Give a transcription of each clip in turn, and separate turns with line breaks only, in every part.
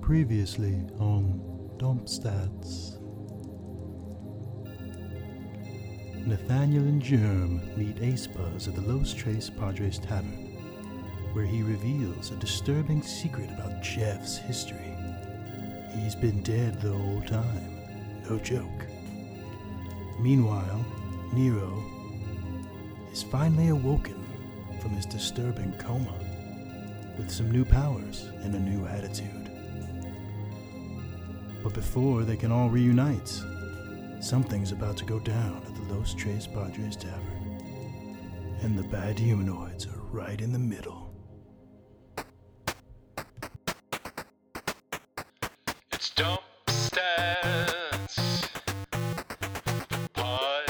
Previously on Dompstats. Nathaniel and Germ meet Ace Buzz at the Los Tres Padres Tavern, where he reveals a disturbing secret about Jeff's history. He's been dead the whole time. No joke. Meanwhile, Nero is finally awoken from his disturbing coma with some new powers and a new attitude. But before they can all reunite, something's about to go down at the Los Tres Padres Tavern. And the bad humanoids are right in the middle.
It's Dump Stats Podcast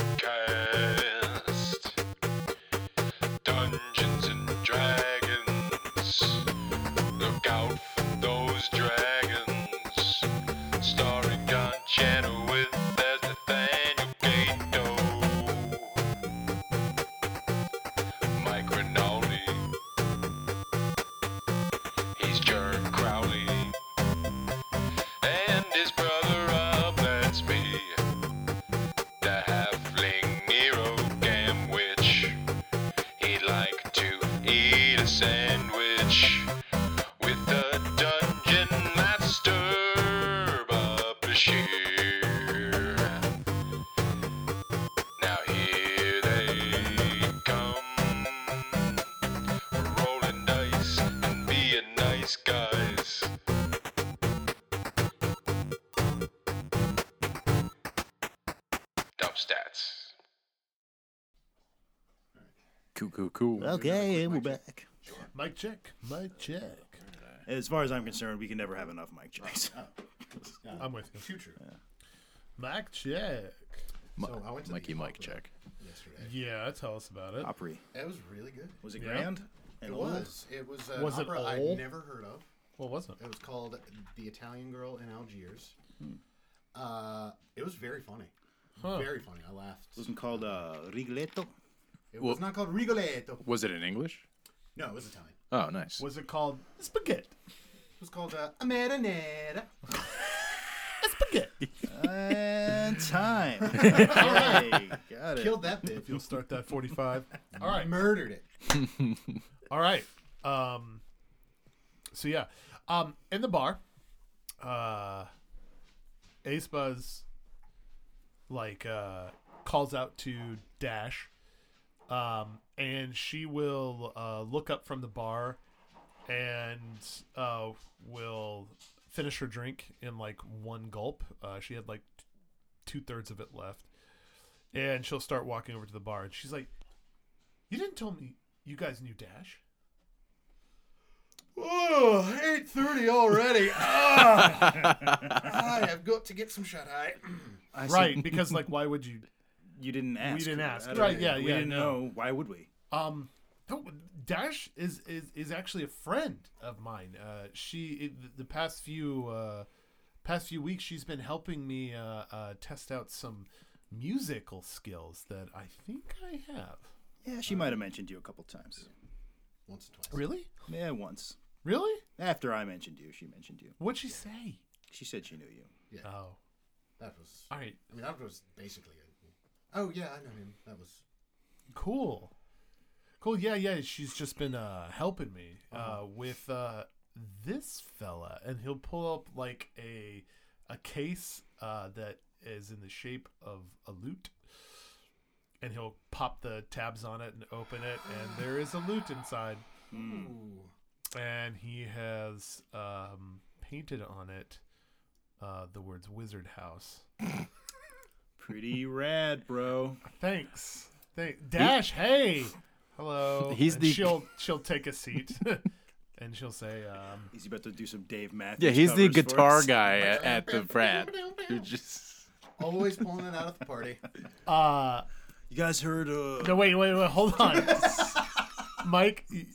Dungeons and Dragons. Look out for those dragons. Starring John Chenoweth as Nathaniel Gato. Mike Rinaldi. He's Jerk Crowley and his brother Rob, that's me. The halfling Nero Gamwich. He'd like to eat a sandwich with the dungeon master, Bob Bashir. Now here they come. We're rolling dice and being nice guys. Dump stats.
Cool, cool, cool.
Okay, and we're back.
Mic check. Mic check.
As far as I'm concerned, we can never have enough mic
Oh,
checks.
I'm with you. Future. Mic check.
Mi-
So I went to
Mikey
the
Mike check.
yesterday.
Yeah, tell us about it.
Opry.
That was really good.
Was it
Yeah.
grand? And
It
old?
was. It was an
Was it
opera i
all?
would never heard of.
What was it?
It was called The Italian Girl in Algiers.
Hmm.
Uh, it was very funny. Very funny. I laughed.
It wasn't called uh, Rigoletto.
It was not called Rigoletto.
Was it in English?
No, it was Italian.
Oh, nice.
Was it called Spaghetti?
It was called uh, Amarinera.
Spaghetti.
And time. Yay, got it.
Killed that bitch.
You'll start that 45. All right.
Murdered it.
All right. Um, so yeah, um, in the bar, uh, Ace Buzz like uh, calls out to Dash, um, and she will uh, look up from the bar and uh, will finish her drink in like one gulp. Uh, she had like two thirds of it left, and she'll start walking over to the bar. And she's like, "You didn't tell me you guys knew Dash."
Oh, 8.30 already. Ah, I have got to get some shut eye.
I said,
right because like why would you
You didn't ask.
didn't ask.
I don't
Right,
know.
yeah,
We
yeah,
didn't
no.
know. Why would we?
um no, dash is, is is actually a friend of mine uh she it, the past few uh past few weeks she's been helping me uh, uh test out some musical skills that i think i have
Yeah, she might have mentioned you a couple times.
Once or twice.
really
Yeah, once.
really
After I mentioned you, she mentioned you.
what'd she say
She said she knew you.
Yeah.
oh
That was...
all right
I mean, that was basically it. Oh, yeah, I know him. That was...
cool cool yeah yeah she's just been uh helping me uh with uh this fella and he'll pull up like a a case uh that is in the shape of a lute and he'll pop the tabs on it and open it and there is a lute inside
Ooh.
and he has um painted on it uh the words wizard house
Pretty rad, bro.
Thanks. Thank Dash. hey. Hello.
He's
And
the-
She'll she'll take a seat, and she'll say, um,
He's about to do some Dave Matthews.
Yeah, he's the
covers for
guitar
us.
guy at, at the frat. You're just
Always pulling it out at the party.
"Uh,
You guys heard? Uh,
no, wait, wait, wait, hold on, Mike. y-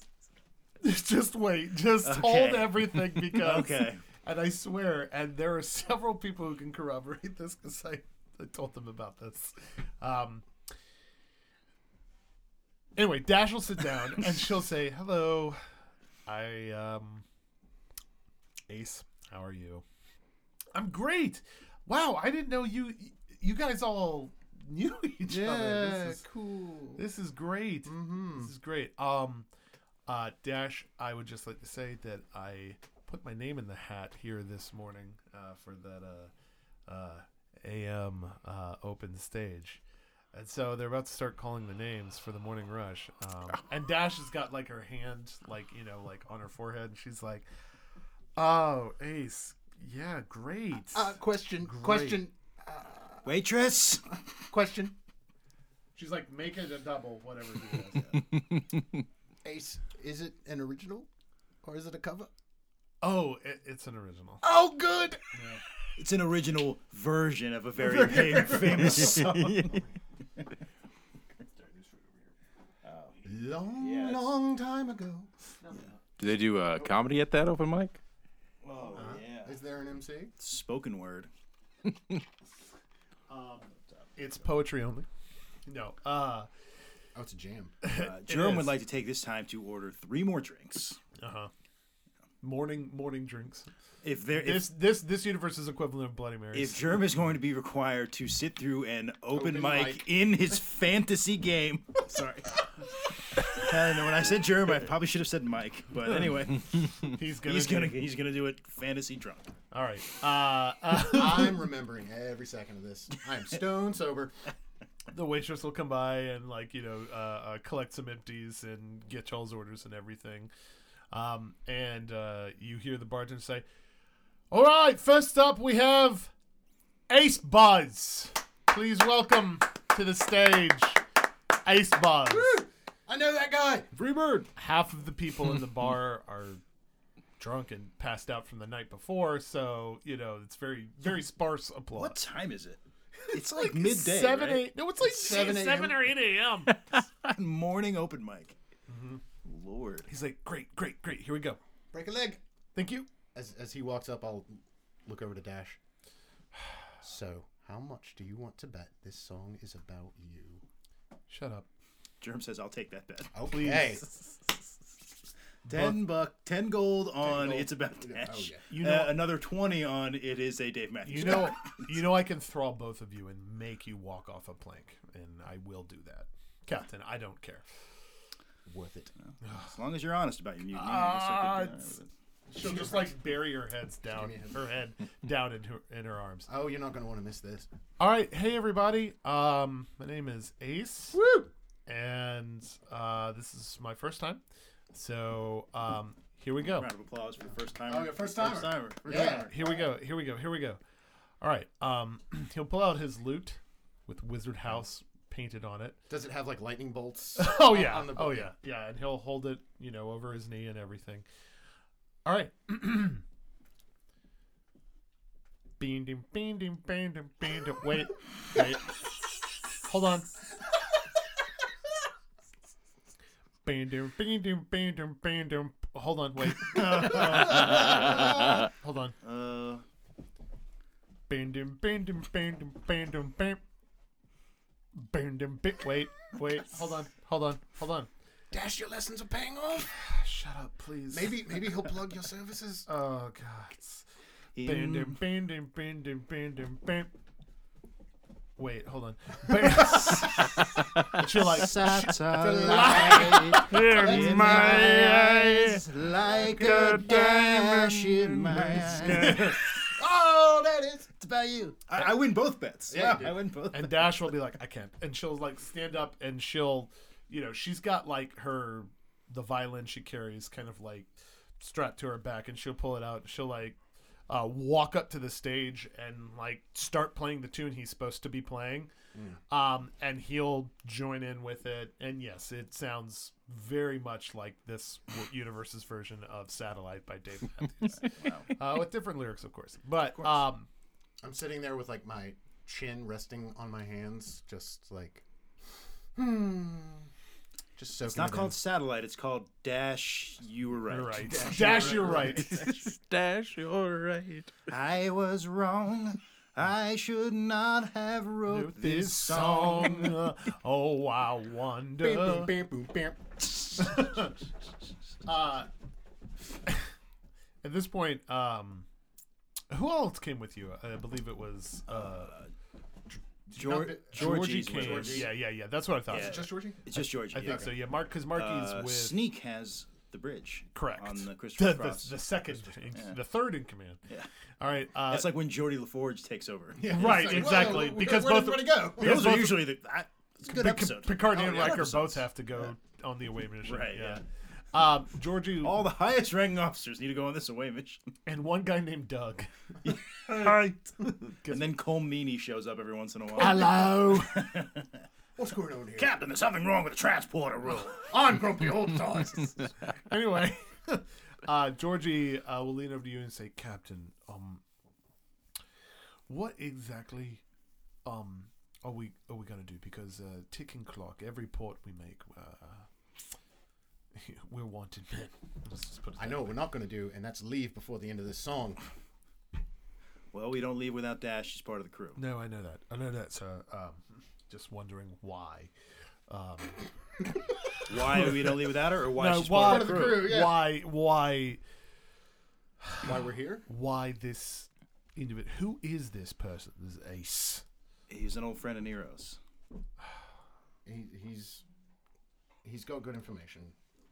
Just wait. Just hold
Okay.
everything because.
Okay.
And I swear, and there are several people who can corroborate this because I, I told them about this. Um, anyway, Dash will sit down and she'll say, "Hello, I um, Ace. How are you? I'm great. Wow, I didn't know you. You guys all knew each other.
Yeah,
This is,
cool.
this is great.
Mm-hmm.
This is great. Um, uh, Dash, I would just like to say that I put my name in the hat here this morning uh, for that uh, uh, AM uh, open stage. And so they're about to start calling the names for the morning rush. Um, and Dash has got like her hand, like, you know, like on her forehead. And she's like, oh, Ace. Yeah, great.
Uh, question, question,
Waitress.
question.
she's like, make it a double, whatever he does.
Ace, is it an original or is it a cover?
oh, it, it's an original.
Oh, good.
It's an original version of a very big famous song.
Long, long time ago.
Do they do uh, comedy at that open mic?
Oh yeah.
Is there an MC?
Spoken word.
It's poetry only. No. Uh
Oh, it's a jam.
Uh, Jerome
is.
would like to take this time to order three more drinks.
uh-huh. Morning morning drinks.
If there, if,
This this this universe is equivalent of Bloody Marys.
if Jerome is going to be required to sit through an open,
Open
mic,
mic.
in his fantasy game, sorry. I know when I said Jerome, I probably should have said Mike, but anyway,
he's gonna,
he's gonna
do-
he's gonna do it fantasy drunk.
All right. Uh, uh
I'm remembering every second of this. I'm stone sober.
the waitress will come by and like, you know, uh, uh collect some empties and get y'all's orders and everything. Um and uh you hear the bartender say, "All right, first up we have Ace Buzz. Please welcome to the stage Ace Buzz."
I know that guy.
Free bird. Half of the people in the bar are drunk and passed out from the night before, so you know it's very very sparse applause.
What time is it? It's like, midday,
Seven
right?
eight. No, it's like seven,
7 a.m.
seven or eight a.m.
morning open mic. Mm-hmm. Lord,
He's like, great, great, great. Here we go.
Break a leg.
Thank you.
As as he walks up, I'll look over to Dash. So, how much do you want to bet this song is about you?
Shut up.
Jerome says I'll take that bet.
Oh,
Ten buck, ten gold on
gold.
it's about
Yeah, oh,
Dash.
yeah.
You
You
know-
know, another twenty on it is a Dave Matthews.
You know, you know, I can thrall both of you and make you walk off a plank, and I will do that, Captain. I don't care.
Worth it.
as long as you're honest about your mutiny.
Ah,
I guess I could, uh,
it's- She'll just like bury her heads down, her head down in her in her arms.
Oh, you're not going to want to miss this.
All right, hey everybody. Um, my name is Ace. And uh, this is my first time, so um, here we go.
round of applause for the first timer.
Oh, yeah, first
First
timer.
timer. First
Yeah.
timer.
Here we go. Here we go. Here we go. All right. Um, he'll pull out his loot with Wizard House painted on it.
Does it have like lightning bolts?
Oh yeah.
on the
oh
button.
yeah. Yeah, and he'll hold it, you know, over his knee and everything. All right. bean ding, bean ding, bean ding, bean ding. Wait, wait. Hold on. Bean ding, bean ding, bean ding, bean ding. Hold on. Wait. Hold on.
Uh,
Bam dum bam dum bam dum bam dum bam. Bam dum bam. Wait, wait, hold on, hold on, hold on.
Dash, your lessons are paying off.
Shut up, please.
Maybe maybe he'll plug your services.
Oh god. Bam dum bam dum bam dum bam dum bam. Wait, hold on. Bam. And she'll like in my eyes.
like a dash in my eyes. oh, that is. It's about you.
I, I win both bets.
Yeah, you did.
I win both.
And Dash will be like, I can't. And she'll like stand up and she'll, you know, she's got like her, the violin she carries kind of like strapped to her back and she'll pull it out and she'll like uh, walk up to the stage and like start playing the tune he's supposed to be playing. Um, and he'll join in with it. And yes, it sounds very much like this w- universe's version of Satellite by Dave Matthews. uh, with different lyrics, of course. But, um,
I'm sitting there with like my chin resting on my hands, just like, hmm, just soaking.
It's not
it in.
called satellite. It's called Dash. You were right.
you're right. Dash, you're right.
Dash, you're right.
I was wrong. I should not have wrote
this song. oh, I wonder.
Bam, bam, bam, bam,
At this point, um, Who else came with you? I believe it was uh,
Geor-
Georgie,
Georgie's
came.
with us.
Yeah, yeah, yeah. That's what I thought.
Yeah.
Just Georgie?
It's just Georgie.
I think so. Yeah, Mark because Marky's with
Uh, Sneak has the bridge.
correct
On the Christopher
the, the,
Cross.
the second, in, the third in command.
Yeah.
All right. Uh,
It's like when Geordie LaForge takes over.
right,
It's like,
exactly.
whoa,
because
where
both
did everybody go?
Those
both-
are usually the. I, it's a good
Pic-
episode. Oh,
Picard and
yeah.
Riker both
Episodes.
have to go on the away mission.
Right,
Yeah. Um, Georgie
All the highest ranking officers need to go on this away mission.
and one guy named Doug. Hi.
And then Cole Meany shows up every once in a while.
Hello.
What's going on here?
Captain, there's something wrong with the transporter rule.
I'm grumpy old times.
anyway, uh, Georgie uh, will lean over to you and say, Captain, um, what exactly, um, are we are we gonna do? Because uh, ticking clock, every port we make, uh, we're wanted men. Let's just put it
I
that
know
way.
what we're not going to do, and that's leave before the end of this song.
well, we don't leave without Dash. She's part of the crew.
No, I know that. I know that. So, um, just wondering why.
Why we don't leave without her, or why she's part of the crew?
crew, yeah.
Why? Why?
Why we're here?
Why this individual? Who is this person? This ace.
He's an old friend of Nero's.
He, he's he's got good information.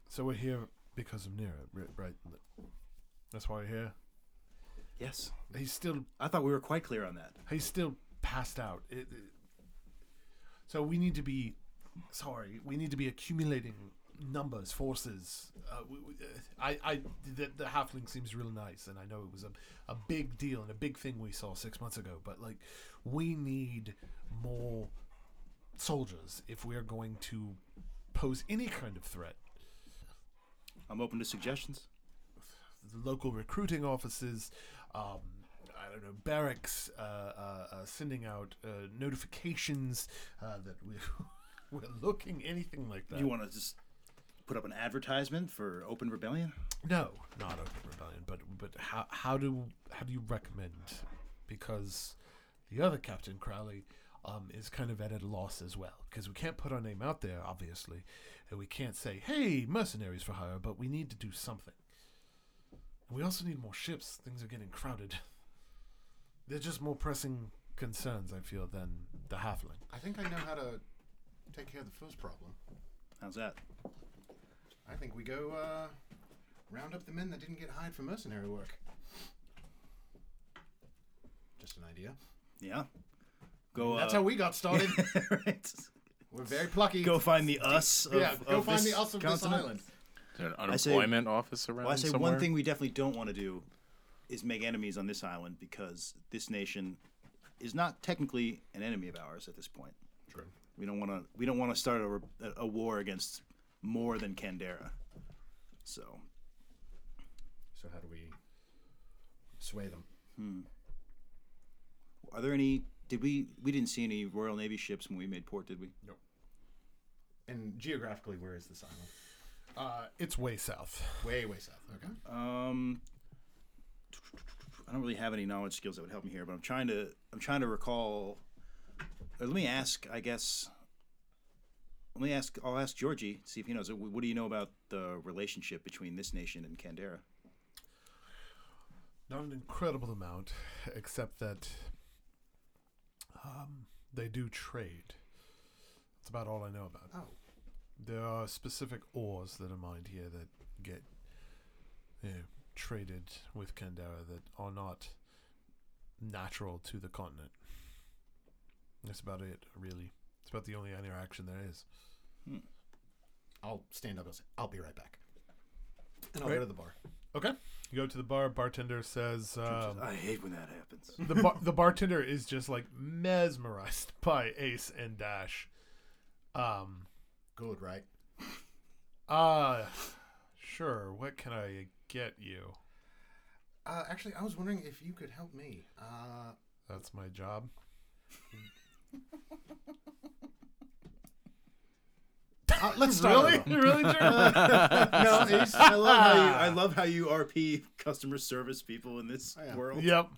So we're here because of Nero, ri- right? That's why we're here.
Yes,
He's still
I thought we were quite clear on that.
he's still passed out. It, it- so we need to be sorry. We need to be accumulating numbers, forces. Uh, we, we, uh, I, I, the, the halfling seems real nice, and I know it was a, a big deal and a big thing we saw six months ago. But like, we need more soldiers if we are going to pose any kind of threat.
I'm open to suggestions.
the local recruiting offices, um, I don't know, barracks, uh, uh, uh, sending out uh, notifications uh, that we, we're looking, anything like that.
You want to just put up an advertisement for open rebellion?
no, not open rebellion, but but how how do how do you recommend? Because the other Captain Crowley. Um, is kind of at a loss as well because we can't put our name out there, obviously, and we can't say, "Hey, mercenaries for hire," but we need to do something. We also need more ships. Things are getting crowded. They're just more pressing concerns, I feel, than the halfling.
I think I know how to take care of the first problem.
How's that?
I think we go uh, round up the men that didn't get hired for mercenary work. Just an idea.
Yeah. Go.
That's
uh,
how we got started.
right.
We're very plucky.
Go find the us. Of,
yeah, go
of
find
this
the us of
continent.
this island.
Is there an
say-
unemployment office around
Well, I say
somewhere?
one thing we definitely don't want to do is make enemies on this island because this nation is not technically an enemy of ours at this point.
True.
We don't want to. We don't want to start a, re- a war against more than Candera. So
So how do we sway them?
Are there any? Did we? We didn't see any Royal Navy ships when we made port, did we?
And geographically, where is this island?
Uh, it's way south.
Way, way south. Okay.
Um, I don't really have any knowledge skills that would help me here, but I'm trying to. I'm trying to recall. or let me ask. I guess. Let me ask. I'll ask Georgie see if he knows. Wh- What do you know about the relationship between this nation and Candera?
Not an incredible amount, except that um, they do trade. That's about all I know about. it.
Oh,
There are specific ores that are mined here that get you know, traded with Kandara that are not natural to the continent. That's about it, really. It's about the only interaction there is.
I'll stand up and say, I'll be right back. And I'll
Great.
go to the bar.
Okay. You go to the bar. Bartender says um,
I hate when that happens.
the bar- the bartender is just like mesmerized by Ace and Dash. Um.
Good, right?
Uh sure. What can I get you?
Uh, actually, I was wondering if you could help me. Uh,
That's my job.
uh, let's start. over.
really? Jeremy?
no, Ace, I love how you. I love how you RP customer service people in this
yeah.
world.
yep.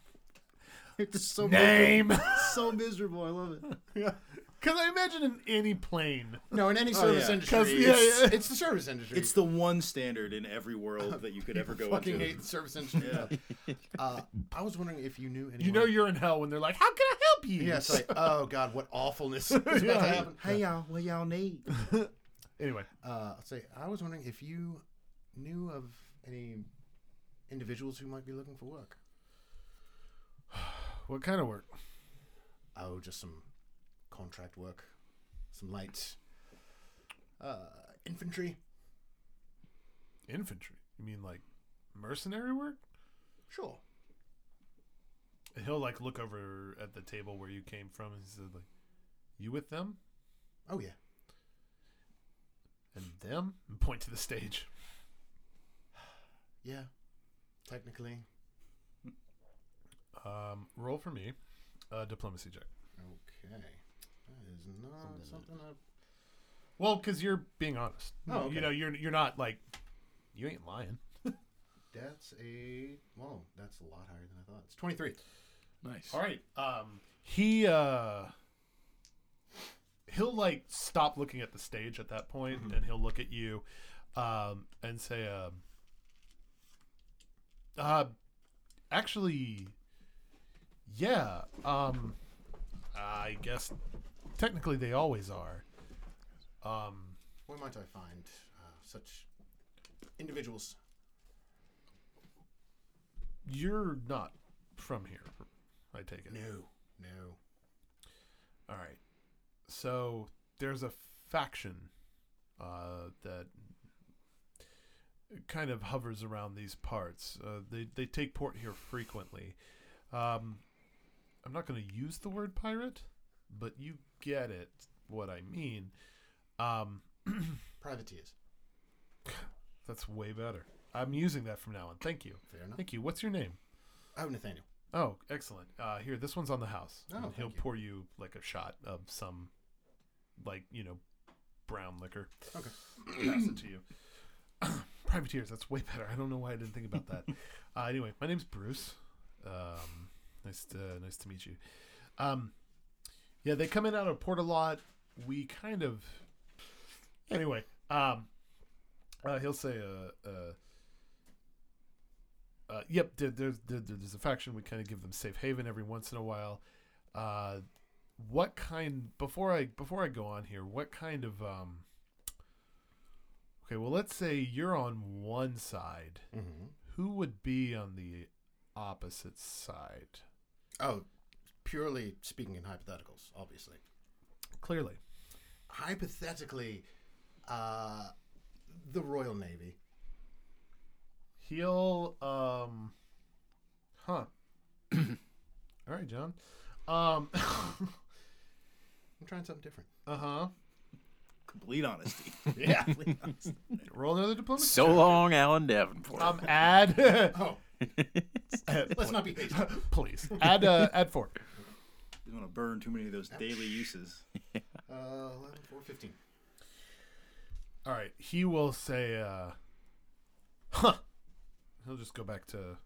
It's so
Name.
so miserable. I love it.
Because I imagine in any plane,
No, in any service
yeah.
industry,
'Cause- Oh, yeah,
it's,
yeah.
it's the service industry.
It's the one standard in every world that you could ever go
fucking
into.
hate the service industry. Uh, I was wondering if you knew anyone.
you know you're in hell when they're like, "How can I help you?"
Yeah, it's like, oh god, what awfulness is about to happen.
Hey y'all, what y'all need?
Anyway,
Uh, I'll say, I was wondering if you knew of any individuals who might be looking for work.
what kind of work?
Oh, just some contract work, some light uh, infantry.
Infantry? You mean like mercenary work?
Sure.
And he'll like look over at the table where you came from, and he said, "Like, you with them
Oh yeah.
and them?" And point to the stage.
Yeah. Technically.
Um, roll for me, uh, diplomacy check.
Okay. That is not something I
Well, because you're being honest.
Oh, okay.
You know, you're you're not like, you ain't lying.
That's a well. That's a lot higher than I thought. It's twenty three.
Nice.
All right. Um, he uh, he'll like stop looking at the stage at that point, and he'll look at you, um, and say, um, uh, actually, yeah. Um, I guess technically they always are. Um,
Where might I find uh, such individuals?
you're not from here, I take it.
No, no.
All right. So there's a faction uh, that kind of hovers around these parts. Uh, they they take port here frequently. Um, I'm not going to use the word pirate, but you get it what I mean. Um,
Privateers.
that's way better. I'm using that from now on. Thank you.
Fair enough.
Thank you. What's your name?
Oh, Nathaniel.
Oh, excellent. Uh, here, this one's on the house.
Oh,
And
thank
he'll
you.
pour you like a shot of some, like you know, brown liquor.
Okay.
Pass it to you. Privateers. That's way better. I don't know why I didn't think about that. uh, anyway, my name's Bruce. Um, nice to nice to meet you. Um, yeah, they come in out of port a lot. We kind of. Anyway, um, uh, he'll say, uh, uh, uh, yep, there, there's there, there's a faction. We kind of give them safe haven every once in a while. Uh, what kind? Before I before I go on here, what kind of? Um, okay, well, let's say you're on one side.
Mm-hmm.
Who would be on the opposite side?
Oh, purely speaking in hypotheticals, obviously.
Clearly,
Hypothetically, uh, the Royal Navy.
he'll. Um, huh. All right, John. Um,
I'm trying something different.
uh huh.
Complete honesty.
Yeah. Roll another diplomacy.
So long, Alan Davenport.
Um, add.
Oh, let's not be hasty. Uh,
Please add uh, add four.
You want to burn too many of those daily uses.
Uh, 11, 4, 15.
All right, he will say, uh, "Huh." He'll just go back to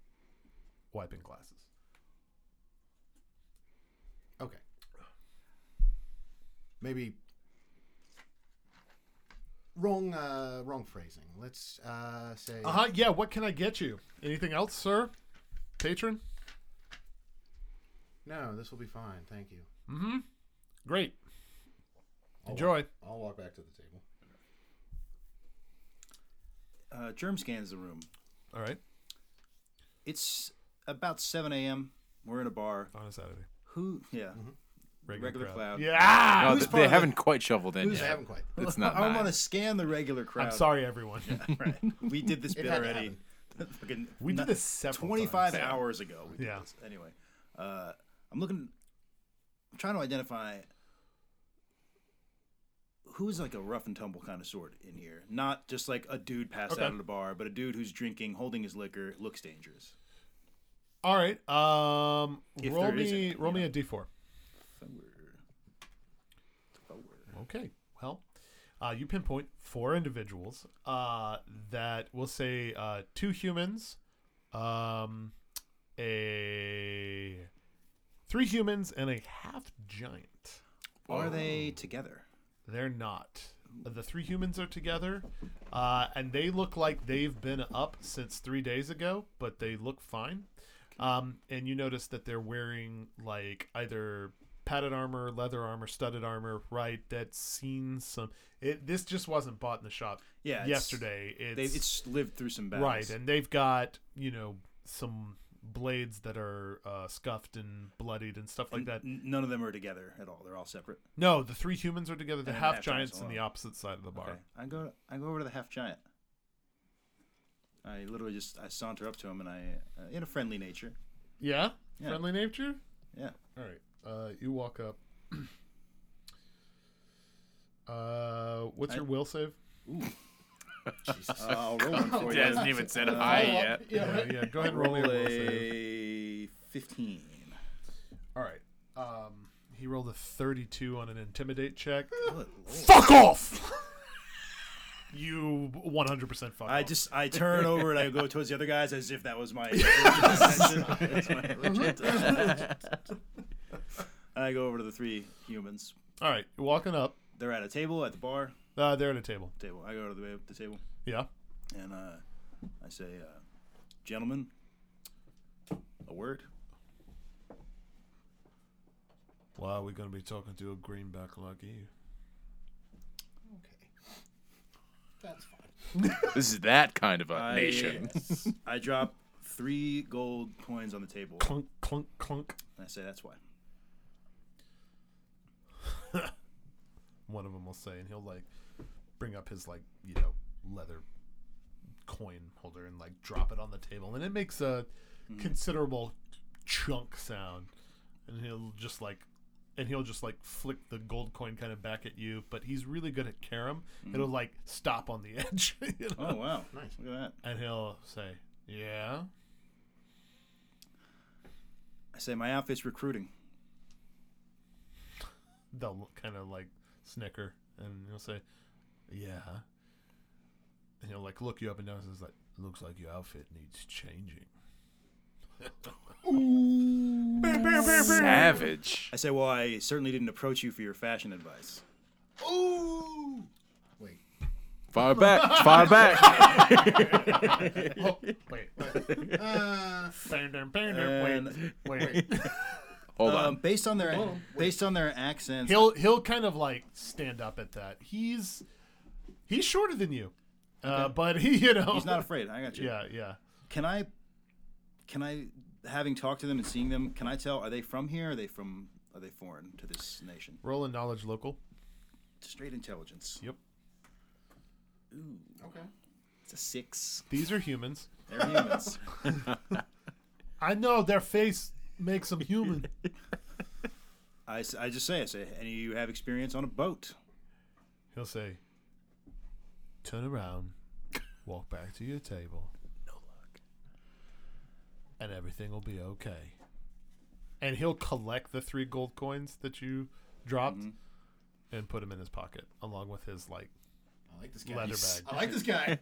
wiping glasses.
Okay. Maybe wrong uh, wrong phrasing. Let's uh, say
Uh huh. Yeah. What can I get you? Anything else, sir? Patron.
no. This will be fine. Thank you.
Great.
Oh,
Enjoy.
I'll walk back to the table.
Uh, germ scans the room.
All right.
It's about 7 a.m. We're in a bar.
On a Saturday.
Who? Yeah. Regular crowd.
Yeah.
No,
Who's
th-
part
they
of the-
haven't quite shoveled in
I
yet.
haven't quite.
It's not
I
nine.
want to scan the regular crowd.
I'm sorry, everyone.
Right. We did this bit
had to
already. Fucking
We did
not-
this several
25
times.
hours ago. We did
Yeah.
this. Anyway, uh, I'm looking. I'm trying to identify who's like a rough and tumble kind of sort in here. Not just like a dude passed
Okay.
out at a bar, but a dude who's drinking, holding his liquor, looks dangerous.
All right. Um.
If
roll
there
me.
isn't,
Roll
you
me
know.
a D four.
Somewhere. Somewhere.
Okay. Well, uh, you pinpoint four individuals uh, that we'll say uh, two humans, um, a three humans, and a half giant.
Are they together?
They're not. The three humans are together, uh, and they look like they've been up since three days ago, but they look fine. Um, and you notice that they're wearing like either padded armor, leather armor, studded armor, right? That's seen some. It, this just wasn't bought in the shop
Yeah, it's-
yesterday. It's,
They it's lived through some battles.
right, and they've got you know some blades that are uh, scuffed and bloodied and stuff like that.
N- None of them are together at all. They're all separate.
No, the three humans are together. The
And
half
half giants
giants on the
alone.
opposite side of the bar.
Okay. I go I go over to the half giant. I literally just I saunter up to him and I uh, in a friendly nature.
Yeah?
Yeah.
Friendly nature?
Yeah.
All right. Uh, you walk up. Uh, what's
I-
your will save?
Jesus.
Uh, I'll roll one for you.
hasn't even said
Uh,
hi yet.
Yeah, yeah. Go ahead and roll me your
roll
will save.
a 15.
All right. Um, he rolled a 32 on an intimidate check.
Good lord.
fuck off! you 100% fuck off.
I just I turn over and I go towards the other guys as if that was my, That's my legit intention. I go over to the three humans.
All right. You're walking up.
They're at a table at the bar
Uh, they're at a table.
table. I go to the, the table
Yeah.
and uh, I say, uh, "Gentlemen, a word."
Why are we going to be talking to a greenback like you?
okay. That's fine.
This is that kind of a
I-
nation.
I drop three gold coins on the table
Clunk, clunk, clunk.
and I say, "That's why."
one of them will say, and he'll like bring up his like you know leather coin holder and like drop it on the table, and it makes a considerable chunk sound, and he'll just like. And he'll just like flick the gold coin kind of back at you, but he's really good at carom. It'll like stop on the edge, you know?
Oh wow!
Nice.
Look at that.
and he'll say, "Yeah,
I say, "My outfit's recruiting."
they'll kind of like snicker and he'll say, "Yeah," and he'll like look you up and down and says, "Like, looks like your outfit needs changing."
Savage.
I say, "Well, I certainly didn't approach you for your fashion advice."
Wait.
Far back. Far back.
oh, wait, wait,
Uh,
wait, wait.
Hold
Um,
on.
based on their based on their accents,
He'll he'll kind of like stand up at that. He's he's shorter than you, uh, but he you know
he's not afraid. I got you.
yeah yeah.
Can I? Can I? Having talked to them and seeing them, can I tell? Are they from here? Are they from? Are they foreign to this nation?
Roll a knowledge local.
Straight intelligence.
Yep.
okay.
It's a six.
These are humans.
They're humans.
I know their face makes them human.
I, s- I just say I say. Any of you have experience on a boat?
He'll say, "Turn around, walk back to your table. No luck, and everything will be okay." And he'll collect the three gold coins that you dropped
Mm-hmm.
and put them in his pocket, along with his like
I like this guy.
Leather bag.
I like this guy.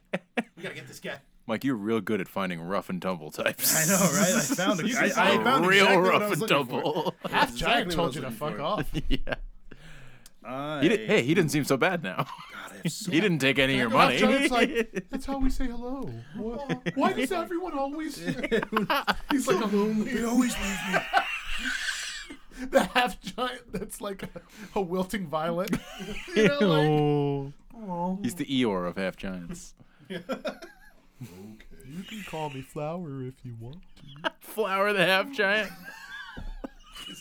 we gotta get this guy.
Mike, you're real good at finding rough and tumble types.
I know, right? I found. A, I, I found
real
exactly what I
rough
was
and
looking for.
tumble.
half
exactly
giant
what I
told
was
you to
looking
fuck
for.
off.
yeah.
I,
He did, hey, he didn't seem so bad now.
God, I have so
He didn't take any of your
Half
money.
giant's like, that's how we say hello. Wha- Why does everyone always? He's like a
They always leave me.
the half giant that's like a, a wilting violet. You know, like-
Oh. He's the Eeyore of half giants.
You can call me Flower if you want to.
Flower the half giant.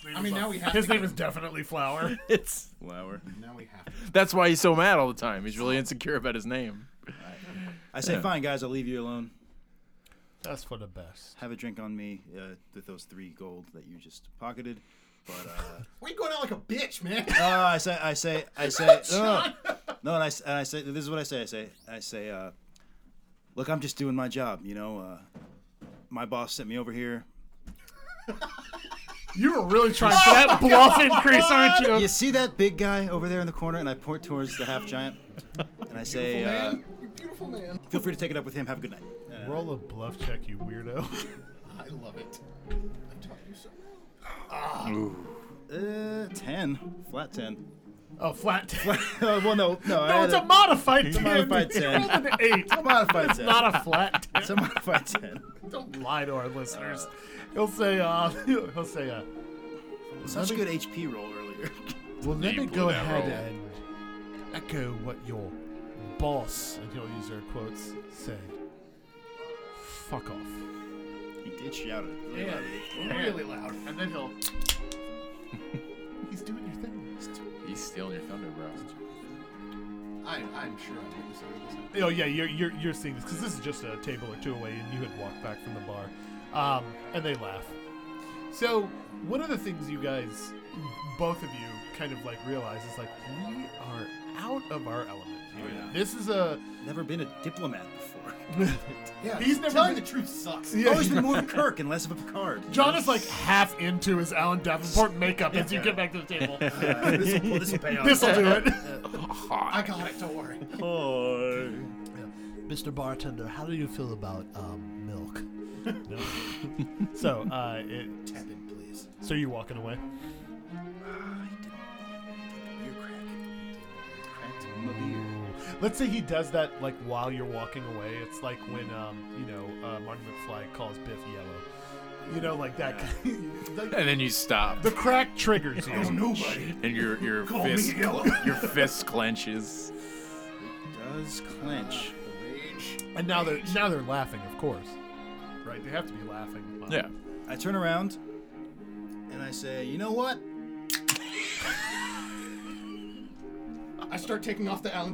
I mean, now we have
His
to.
name is definitely Flower.
It's
Flower.
now we have to.
that's why he's so mad all the time. He's really insecure about his name.
I say, fine, guys. I'll leave you alone.
That's for the best.
Have a drink on me uh, with those three gold that you just pocketed. But uh,
Why you going out like a bitch, man?
No, no, Oh, I say, I say, I say, no, no, no, and I, s- and I say, this is what I say, I say, I say, uh, look, I'm just doing my job, you know, uh, my boss sent me over here.
You were really trying for that bluff increase, aren't you?
You see that big guy over there in the corner? And I point towards the half giant, and I say, uh,
you beautiful man.
feel free to take it up with him. Have a good night.
Roll a bluff check, you weirdo.
I love it. I'm talking to you so.
Uh, ten, flat ten.
Oh, flat. ten.
Uh, well, no, no. I
no,
had
it's a modified ten.
modified
You
10.
rolled an eight.
a modified ten.
Not a flat.
it's a modified ten.
Don't lie to our listeners. he'll say, uh, he'll say, uh,
Such a good HP roll earlier.
well, let
You
me
blew
go
that
ahead
roll.
and echo what your boss, and he'll use air quotes, said. Fuck off.
He did shout it. Really loudly.
really loud. And then he'll. He's doing your thing.
He's stealing your thunder, bro.
I, I'm sure I didn't say this.
Oh yeah, you're you're, you're seeing this because this is just a table or two away, and you had walked back from the bar, um, and they laugh. So one of the things you guys, both of you, kind of like realize is like we are out of our element. here. This is a
Never been a diplomat before.
Yeah,
He's never
telling
been-
the truth sucks.
Yeah.
Always been more of a Kirk and less of a Picard.
John is like half into his Alan Davenport makeup as you get back to the table.
this will this will pay off.
This'll do it.
I got it. Don't worry.
Mr. Bartender, how do you feel about um, milk?
So uh, it,
Tap in, please.
so you're walking away.
Beer crack. Cracked my beer.
Let's say he does that like while you're walking away. It's like when um you know uh, Martin McFly calls Biff yellow. You know, like that. Kind
And then you stop,
the crack triggers you.
Nobody.
and your your fist your fist clenches.
Does clench.
And now they're now they're laughing, of course. Right? They have to be laughing. Wow.
Yeah.
I turn around and I say, you know what?
I start taking off the Alan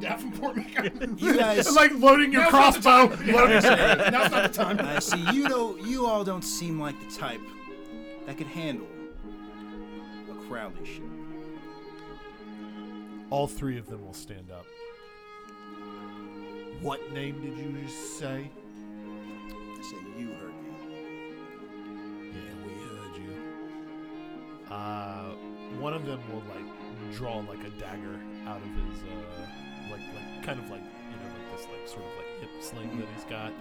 Davenport makeup.
You guys,
It's like loading your
Now's
crossbow.
Now's
Loading-
not the time.
I see you don't, you all don't seem like the type that could handle a Crowley ship.
All three of them will stand up. What name did you just say?
I say you heard me.
Yeah, we heard you. Uh, one of them will like draw like a dagger out of his uh, like like kind of like you know like this like sort of like hip sling that he's got,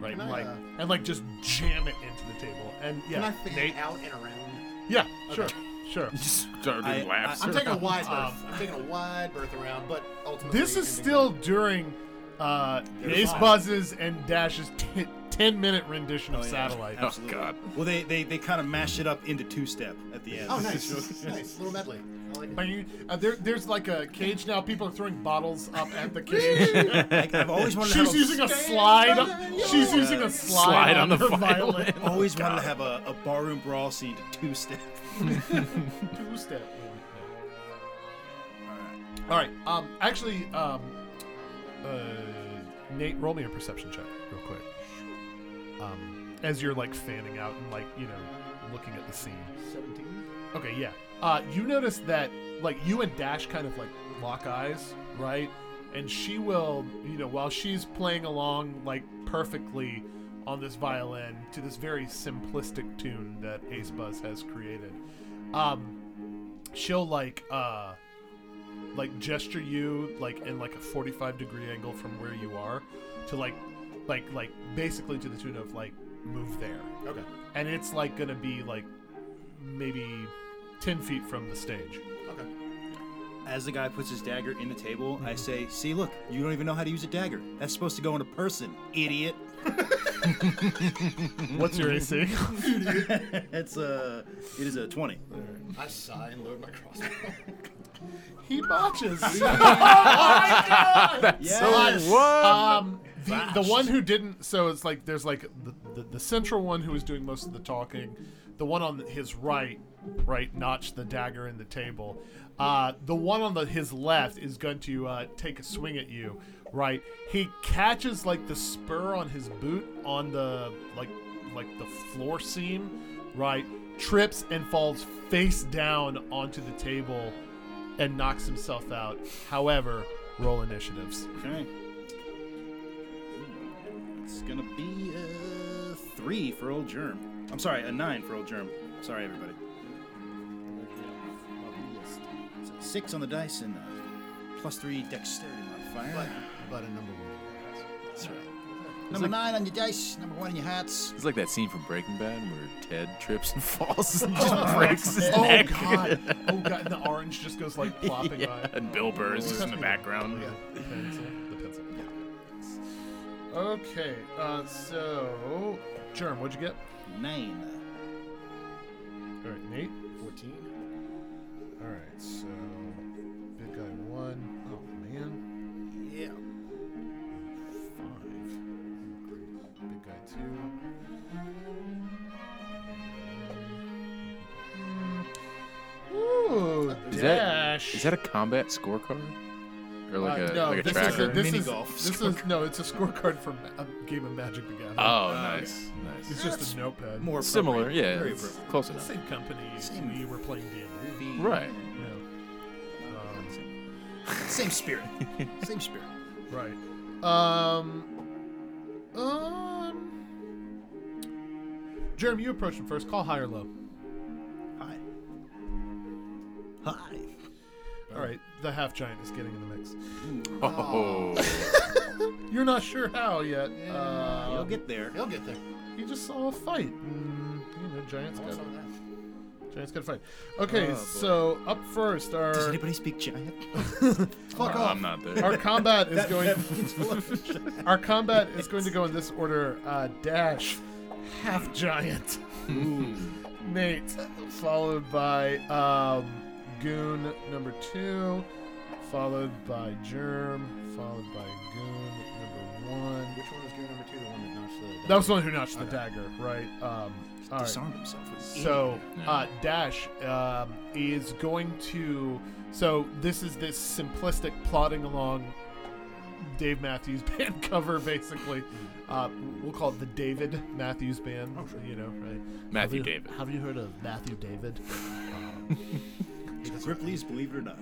right?
Can
And,
I,
like
uh,
and like just jam it into the table. And yeah,
Can I fan
Nate-
out and around?
yeah, sure, sure.
Just started
I-
laughs.
I-
I'm taking a wide
Um,
berth. I'm taking a wide berth around, but ultimately.
This is
ending
still
up-
during uh, Ace
fine.
Buzz's and Dash's t- ten minute rendition of
Oh, yeah.
Satellite.
oh
absolutely.
God.
Well, they they, they kind of mashed it up into two step at the end.
Oh, nice. nice. Little medley. I like it.
Bang. Uh, there, there's like a cage now. People are throwing bottles up at the cage.
Like, I've always wanted to
She's
have
using
a,
a slide. She's using a slide,
Slide on the
her
violin.
always wanted to have a, a barroom brawl scene to two step.
Two-step movement. All right. Um. Actually, um. Uh, Nate, roll me a perception check real quick. Um. As you're like fanning out and like you know looking at the scene.
17.
Okay, yeah. Uh, you notice that, like, you and Dash kind of, like, lock eyes, right? And she will, you know, while she's playing along, like, perfectly on this violin to this very simplistic tune that Ace Buzz has created, um, she'll, like, uh, like gesture you like in like a 45 degree angle from where you are to like like like basically to the tune of like move there
Okay.
and it's like gonna be like maybe 10 feet from the stage.
Okay.
As the guy puts his dagger in the table, I say, "See, look, you don't even know how to use a dagger. That's supposed to go in a person, idiot."
What's your AC?
it's a it is a twenty.
I sigh and load my crossbow.
he botches.
Yes.
um, the, the one who didn't, so it's like there's like the, the, the central one who was doing most of the talking, the one on his right, right, notched the dagger in the table. Uh, the one on the, his left is going to uh, take a swing at you, right? He catches like the spur on his boot on the like like the floor seam, right? Trips and falls face down onto the table and knocks himself out. However, roll initiatives.
Okay. It's gonna be a three for old Germ. I'm sorry, a nine for old Germ. Sorry, everybody. It's a six on the dice and a plus three dexterity modifier.
But a number one.
That's right. Number nine on your dice, number one in your hats.
It's like that scene from Breaking Bad where Ted trips and falls and just breaks his
Oh
neck.
god! Oh god! And the orange just goes like plopping
yeah,
by.
and Bill Burr is just in the background.
Yeah, the pencil. The pencil. Okay. Uh, so, Germ, what'd you get?
Nine. uh,
All right, Nate. Fourteen. All right, so big guy one. Oh man.
Yeah.
Five. Big guy two. Ooh,
Is that,
dash.
is that a combat scorecard? Or like
Uh,
a,
no,
like a
this
tracker?
is a, this
Mini
is,
golf
This is no, it's a scorecard for ma- a game of Magic the Gathering.
oh, nice.
it's
Nice.
just a notepad.
More
Similar,
appropriate.
yeah.
Very
it's
appropriate.
close
the
enough.
same company.
Same.
We were playing D and D.
Right.
Same spirit. Same spirit.
Right. Um. Um. Jeremy, you approach him first. Call high or low.
Hi. Hi.
All right, the half giant is getting in the mix.
Oh.
You're not sure how yet.
You'll
Uh,
get there.
He'll get there.
you just saw a fight. Mm, you know, giants
I want
got
some of that.
giants got a fight. Okay, so up first are
Does anybody speak giant?
Fuck
No,
off.
I'm not there.
Our combat is going. our combat is going to go in this order: uh, dash, half giant, Nate, followed by um, goon number two, followed by germ, followed by goon number one.
Which one was gear number two? The one that notched the.
That was the one who notched the
Okay.
dagger, right? Um, all right.
Disarmed himself. with
So uh, Dash um, is going to. So this is this simplistic plodding along Dave Matthews Band cover,
Mm.
basically. Uh, we'll call it the David Matthews Band.
Oh,
You know, right?
Matthew
have you,
David.
Have you heard of Matthew David?
Ripley's Believe It or Not.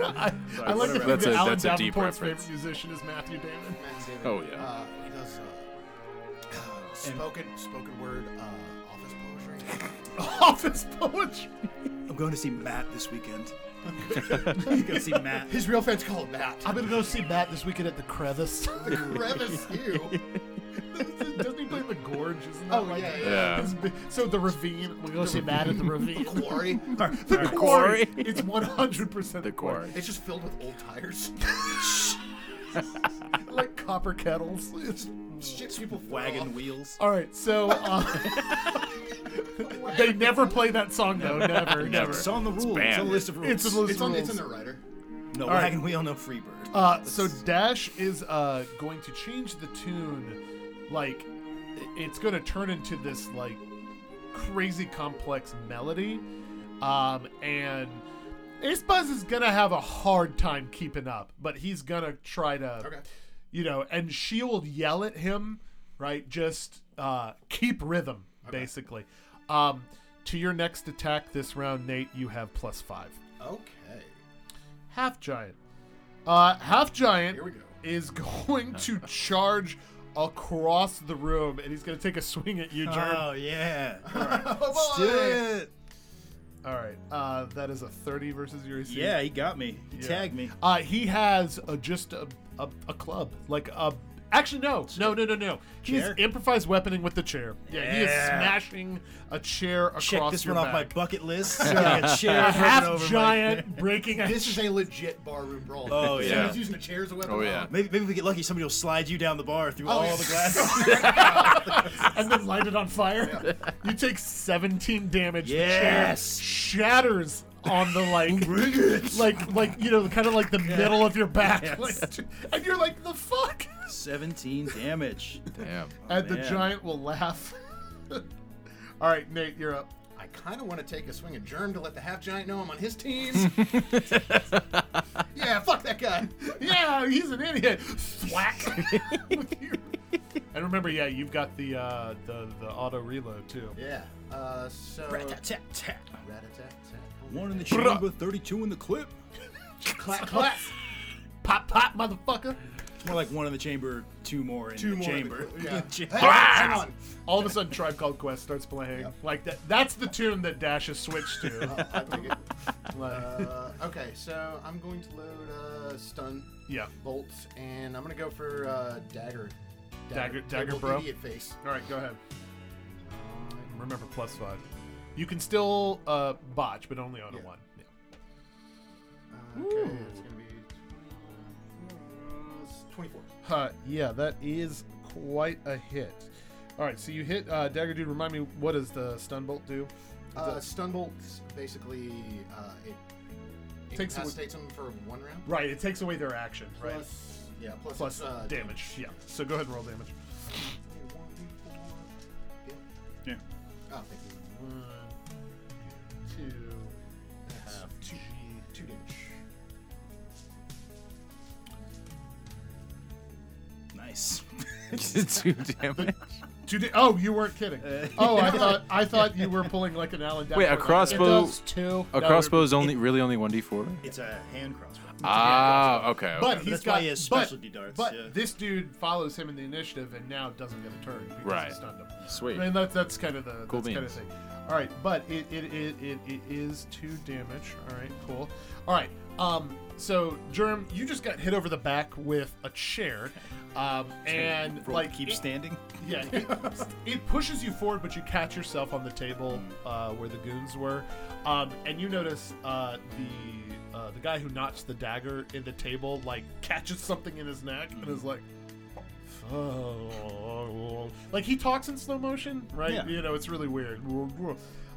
I, I like
whatever.
that
That's a-
Alan
that's a deep
Davenport's
reference.
favorite musician is Matthew David.
Matt David.
Oh, yeah.
Uh, he does uh, uh, spoken spoken word uh, office poetry.
Office poetry.
I'm going to see Matt this weekend. He's going to see Matt.
His real fan's called Matt.
I'm gonna go see Matt this weekend at the Crevice.
Crevice, you.
Doesn't he play the gorge? Isn't that
Oh
like
yeah, yeah.
Yeah.
his bi- so the ravine.
We go see Matt at the ravine.
Quarry.
The
quarry.
quarry. It's one hundred percent
The quarry.
It's just filled with old tires.
like copper kettles. It's
Shit, people throw
Wagon
off.
wheels.
All right, so uh, they never play that song though. Never, never.
It's on the rules. It's, on
banned.
the list of rules.
It's a list
It's on. It's in
rules.
the writer.
no
right.
wagon wheel, no freebird.
Uh, so Dash is uh, going to change the tune, like i- it's going to turn into this like crazy complex melody, um, and Ace Buzz is going to have a hard time keeping up, but he's going to try to,
Okay.
you know, and she will yell at him, right? Just uh, keep rhythm, basically. Um, to your next attack this round, Nate, you have plus five.
Okay.
Half Giant. Uh, Half Giant
Here we go.
is going to charge across the room, and he's going to take a swing at you, Jerm.
Uh.
Oh, yeah.
Oh
Let's do it.
All right, uh, that is a 30 versus your AC.
Yeah, he got me. He
Yeah.
tagged me.
Uh, he has a, just a, a, a club, like a. Actually, no, no, no, no, no. He's
Chair?
improvised weaponing with the chair. Yeah, he is
Yeah.
smashing a chair across
Check this
your
one off my
back.
bucket list. Like a chair
A
driven over
half
my-
giant breaking. A
This is a legit barroom brawl.
Oh,
So
yeah.
He's using a chair as a weapon.
Oh, yeah.
Maybe, maybe if we get lucky, somebody will slide you down the bar through all
Oh,
the glass.
and then light it on fire. You take 17 damage.
Yes.
The chair shatters on the like, like, like you know, kind of like the middle of your back, like, and you're like the fuck.
17 damage.
Damn.
and the
man.
giant will laugh. All right, Nate, you're up.
I kind of want to take a swing at Germ to let the half giant know I'm on his team. yeah, fuck that guy.
Yeah, he's an idiot. Thwack. With your- and remember, yeah, you've got the uh, the the auto reload too.
Yeah. Uh, so.
Rat-a-tat-tat.
Rat-a-tat-tat.
One in the chamber, 32 in the clip.
Clap, clap.
Pop pop, motherfucker.
It's more like one in the chamber, two more in
Two
the
more in the
chamber.
cl- yeah.
Chamber.
Hey, hang on.
All of a sudden, Tribe Called Quest starts playing. Like that, that's the tune that Dash has switched to.
I dig it.
Like,
Uh, okay, so I'm going to load uh, stun
yeah.
bolts, and I'm gonna go for uh, dagger.
Dagger- dagger
double
bro.
Idiot face.
All right, go ahead. Remember plus five. You can still uh, botch, but only on
Yeah.
a one. Yeah.
Uh, okay, it's gonna be uh, 24.
Uh, yeah, that is quite a hit. All right, so you hit uh, Dagger Dude. Remind me, what does the stun bolt do?
Uh, stun bolts basically uh, it
Takes away-
incapacitates them for one round.
Right, it takes away their action, right?
Plus, yeah, plus,
Plus
it's, uh,
damage. Yeah. So go ahead and roll damage.
Yeah.
Oh, thank you.
One, two, half, two.
Two damage.
Nice.
Two damage.
Two da- oh, you weren't kidding. oh, I thought I thought you were pulling like an Allen.
Wait, a
Davenport.
crossbow-
It does two.
A crossbow is only really only one d four.
It's a hand crossbow.
Ah, okay. okay.
But he's
That's
got
why he has
but-
specialty darts,
But
yeah.
this dude follows him in the initiative and now doesn't get a turn because he
Right.
stunned him.
Sweet.
I mean, that's that's kind of the
Cool
that's kind
beans.
of thing. All right, but it it, it, it it is two damage. All right, cool. All right, um, so Germ, you just got hit over the back with a chair, um, and
Roll,
like
keep
it-
standing.
yeah, it, it pushes you forward, but you catch yourself on the table uh, where the goons were, um, and you notice uh, the uh, the guy who notched the dagger in the table like catches something in his neck and is like. "Oh." Like he talks in slow motion, right?
Yeah.
You know, it's really weird.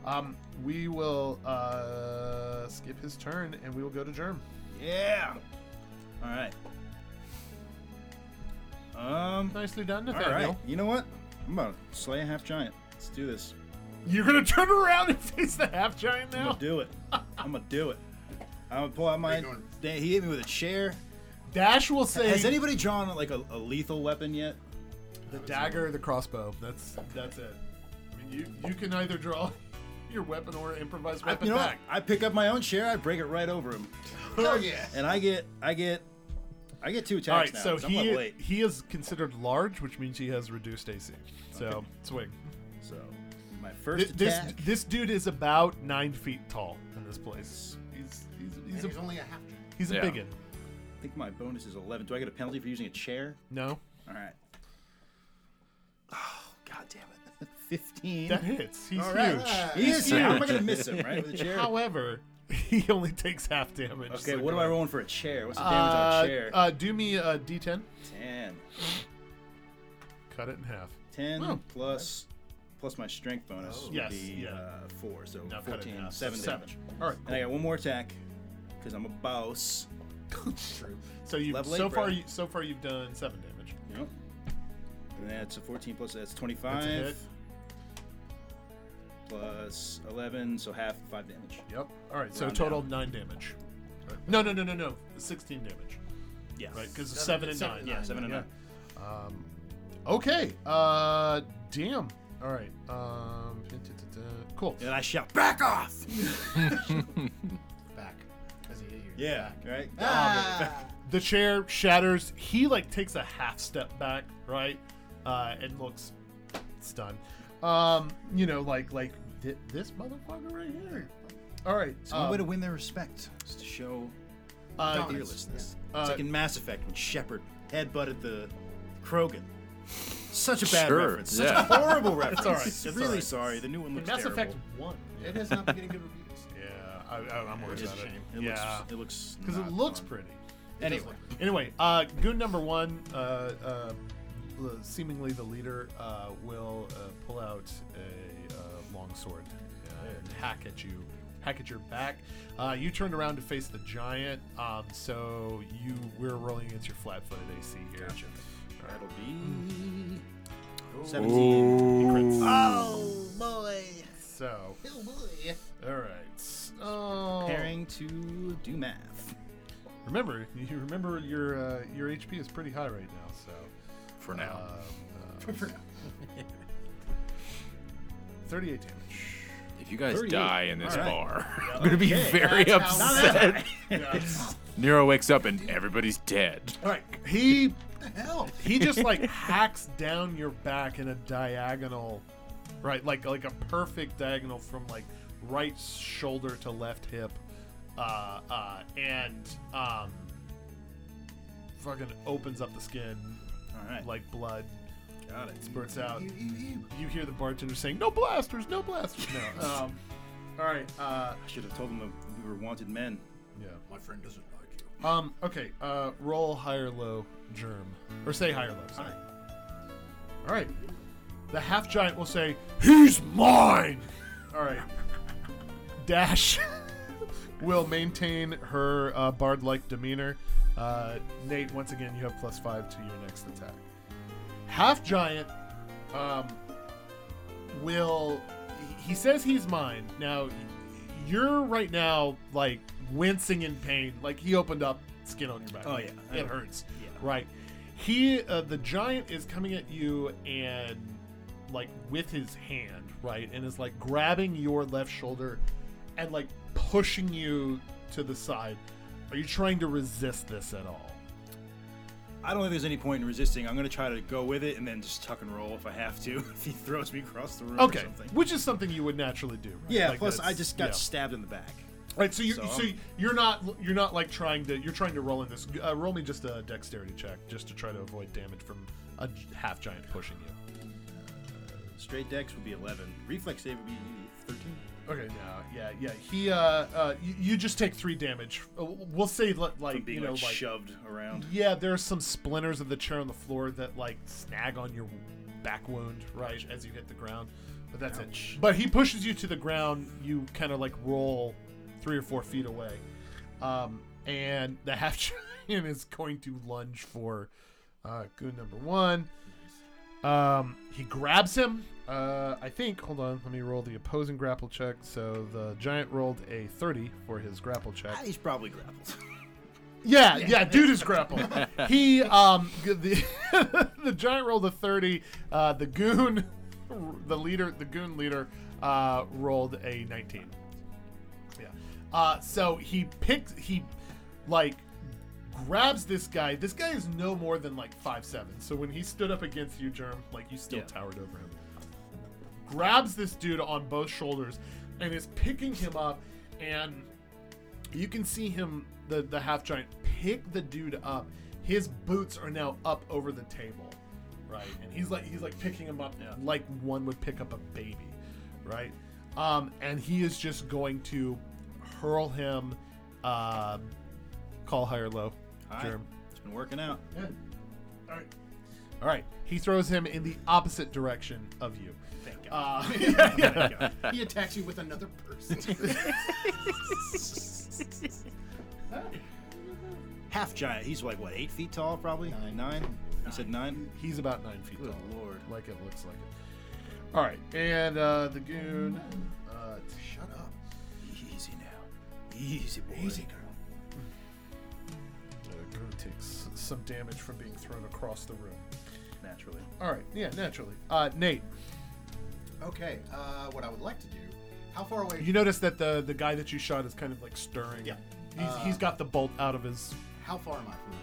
Um, we will uh, skip his turn and we will go to Germ.
Yeah. All right. Um.
Nicely done,
All right.
Nathaniel.
You know what? I'm about to slay a half giant. Let's do this.
You're gonna turn around and face the half giant
I'm
now.
gonna do it. I'm gonna do it. I'm gonna pull out my.
going?
Damn, he hit me with a chair.
Dash will say.
Has anybody drawn like a, a lethal weapon yet?
The dagger, the crossbow. That's that's it. I mean, you you can either draw your weapon or improvised
I,
weapon
you know what?
back.
I pick up my own chair. I break it right over him,
Oh yeah.
and I get, I get, I get two attacks
All right,
now.
so
'cause I'm level
he
eight.
he is considered large, which means he has reduced AC. So swing.
So my
Th-
first
This
attack.
this dude is about nine feet tall in this place. He's he's
He's,
he's a
he's only a half.
he's a
Yeah.
biggin.
I think my bonus is 11. Do I get a penalty for using a chair?
No,
All right. Oh God damn it! 15.
that hits. He's
All
huge.
right.
He is here. How am I gonna miss him? Right with a chair.
However, he only takes half damage.
Okay,
so
what
go
am I
ahead.
rolling for a chair? What's the damage on
Uh,
a chair?
uh, do me a D10.
10.
Cut it in half.
10
Oh.
plus plus my strength bonus would
Yes,
be
yeah.
uh, 4, so
Now cut it
14,
in half.
7
Seven.
damage.
All right.
And I got one more attack because I'm a boss.
So you
Level eight,
so far
bro.
you, so far you've done seven damage.
Yep. And that's a 14 plus that's 25
That's a hit.
plus 11, so half 5 damage.
Yep. All right. So
Round
total nine damage. No, no, no, no, no. Sixteen damage.
Yeah.
Right, because
Seven-
seven, and
seven and
nine.
nine,
Yeah,
Seven and
yeah. Um,
nine.
Okay. Uh, damn. All right. Um, da- da- da- da. cool.
And I shout, back off!
Back. As he hit you.
Yeah, right? Ah! Oh,
The chair shatters. He like takes a half step back, right, uh, and looks stunned. Um, you know, like like thi- this motherfucker right here. All right.
It's one way
um,
to win their respect is to show
uh,
fearlessness.
Uh,
it's like in Mass Effect when Shepard headbutted the Krogan. Such a bad
Sure,
reference. Such
yeah.
a horrible reference.
all right, it's
really
all right.
sorry. The new one looks
Mass
terrible.
Effect One.
It has not been getting good reviews.
Yeah, I, I, I'm worried
It's
about
a
it.
shame. It
yeah,
looks. It looks.
because it
not
looks
fun.
pretty.
Anyway,
Anyway, uh, goon number one, uh, uh, l- seemingly the leader, uh, will uh, pull out a uh, long sword and hack at you, hack at your back. Uh, you turned around to face the giant, um, so you we're rolling against your flat-footed AC here.
that'll be seventeen.
Oh boy.
So,
Oh boy.
all right. Oh.
Preparing to do math.
Remember, you remember your uh, your HP is pretty high right now, so.
for now.
Um, uh, 38 damage.
if you guys
38.
die in this
All right.
bar, I'm gonna be very
That's how-
upset. Nero wakes up and everybody's dead.
All right. He
the hell?
He just like hacks down your back in a diagonal, right? Like like a perfect diagonal from like right shoulder to left hip, uh, uh, and um, fucking opens up the skin
All right.
like blood
Got it.
spurts out.
Ew, ew, ew.
You hear the bartender saying, "No blasters, no blasters." No. Um, all right. Uh,
I should have told them that we were wanted men.
yeah.
My friend doesn't like you.
Um, okay, uh, roll high or low germ. Or say high or low, sorry. All right. The half giant will say, He's mine! All right. Dash will maintain her uh, bard like demeanor. Uh, Nate, once again, you have plus five to your next attack. Half giant um, will. he- He says he's mine. Now, you're right now, like, wincing in pain. Like, he opened up skin on your back.
Oh, yeah.
It hurts. Right. He, uh, the giant is coming at you and, like, with his hand, right? And is, like, grabbing your left shoulder and, like, pushing you to the side. Are you trying to resist this at all?
I don't think there's any point in resisting. I'm gonna try to go with it and then just tuck and roll if I have to. if he throws me across the room or
Okay,
something.
which is something you would naturally do. Right?
Yeah.
Like,
plus,
that's-
I just got
yeah.
stabbed in the back.
Right, so you
So
so,
I'm-
you're not you're not like trying to you're trying to roll in this. Uh, roll me just a dexterity check just to try to avoid damage from a g- half giant pushing you.
Straight dex would be 11. Reflex save would be 13.
Okay, no, yeah, yeah. He uh, uh you, you just take three damage. Uh, We'll say li-
From
like
being
you know
like,
like
shoved around.
yeah, there are some splinters of the chair on the floor that like snag on your back wound right as you hit the ground. But that's
Ouch.
it. But he pushes you to the ground. You kind of like roll three or four feet away, um, and the half giant is going to lunge for uh, goon number one. Um, he grabs him. Uh, I think. Hold on. Let me roll the opposing grapple check. So the giant rolled a thirty for his grapple check.
He's probably grappled.
Yeah, yeah, dude is grappled. he um g- the the giant rolled a 30, uh the goon the leader the goon leader uh rolled a 19. Yeah. Uh so he picks he like grabs this guy. This guy is no more than like five seven. So when he stood up against you, Germ, like you still
Yeah.
towered over him grabs this dude on both shoulders and is picking him up and you can see him the the half giant pick the dude up his boots are now up over the table right and he's like he's like picking him up
Yeah.
like one would pick up a baby right um and he is just going to hurl him uh call high or low
Hi.
Germ.
It's been working out.
All right. All right. He throws him in the opposite direction of you.
Thank God.
Uh, yeah, yeah.
He attacks you with another person.
Half giant. He's like, what, eight feet tall probably? Nine. You said nine?
He's about nine feet
Good
tall.
lord.
Like it looks like it. All right, and uh, the goon. Uh,
Shut up.
Easy now. Easy, boy.
Easy, girl.
the goon takes some damage from being thrown across the room.
Naturally.
All right, yeah, naturally. Uh, Nate,
Okay, uh, what I would like to do. How far away?
you notice that the the guy that you shot is kind of like stirring.
Yeah.
he's,
Uh,
he's got the bolt out of his.
How far am I from him?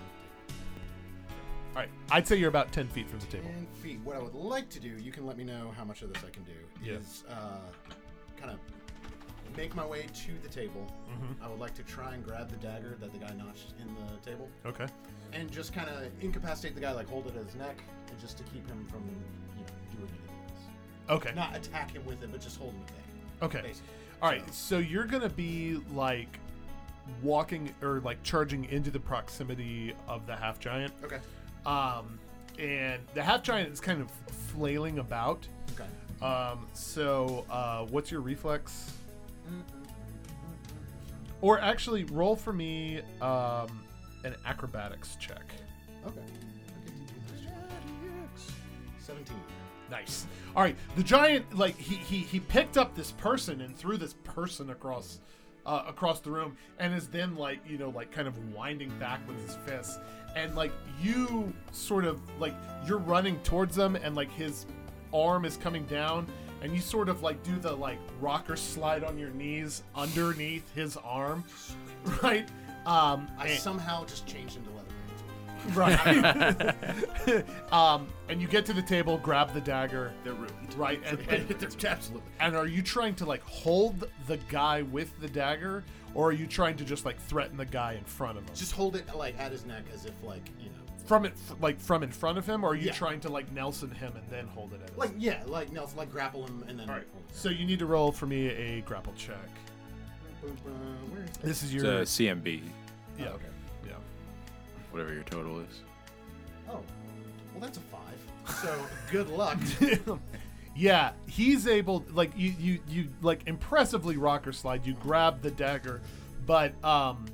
All right, I'd say you're about ten feet from the table.
Ten feet. What I would like to do, you can let me know how much of this I can do.
Yeah.
Is uh, kind of make my way to the table. I would like to try and grab the dagger that the guy notched in the table,
Okay.
and just kind of incapacitate the guy, like hold it at his neck, and just to keep him from you know doing anything else.
Okay.
Not attack him with it, but just hold him at bay.
Okay.
Basically.
All right, so you're gonna be like walking or like charging into the proximity of the half giant.
Okay.
Um, and the half giant is kind of flailing about.
Okay.
Um, so uh, what's your reflex? Or actually, roll for me um, an acrobatics check.
Okay. Seventeen.
Nice. All right, the giant like he he, he picked up this person and threw this person across uh, across the room and is then like you know like kind of winding back with his fists and like you sort of like you're running towards them and like his arm is coming down and you sort of like do the like rocker slide on your knees underneath his arm, right? Um,
I
and-
somehow just changed into leather pants.
Right. um, and you get to the table, grab the dagger,
They're ruined.
right? And, and,
Absolutely.
and are you trying to like hold the guy with the dagger, or are you trying to just like threaten the guy in front of him?
Just hold it like at his neck as if like you know,
from it, like from in front of him, or are you
Yeah.
trying to like Nelson him and then hold it? At his-
like yeah, like Nelson, like grapple him and then.
All right. So you need to roll for me a grapple check.
Where is
This is
It's uh,
your
a CMB,
yeah,
okay.
yeah.
whatever your total is.
Oh, well that's a five. So good luck.
Yeah, he's able like you you you like impressively rocker slide. You grab the dagger, but um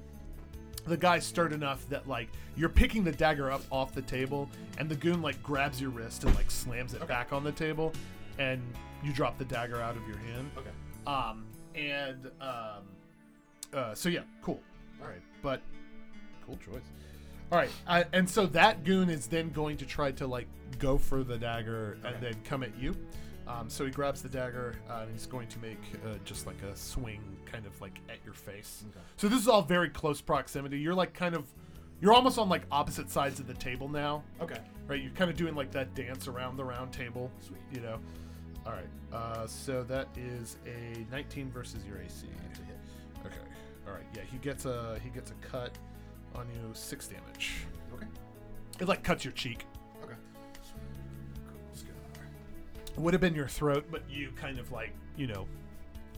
the guy's stirred enough that like you're picking the dagger up off the table and the goon like grabs your wrist and like slams it back on the table and you drop the dagger out of your hand.
Okay.
Um and um uh so yeah, cool. All right. But cool choice. All right, I, and so that goon is then going to try to like go for the dagger and then come at you. Um, so he grabs the dagger uh, and he's going to make uh, just like a swing, kind of like at your face. So this is all very close proximity. You're like kind of, you're almost on like opposite sides of the table now,
Okay.
right? You're kind of doing like that dance around the round table, Sweet. you know. All right, uh, so that is a 19 versus your AC. Okay. All right. Yeah, he gets a he gets a cut on you, six damage.
Okay.
It like cuts your cheek.
Okay.
Would have been your throat, but you kind of like you know,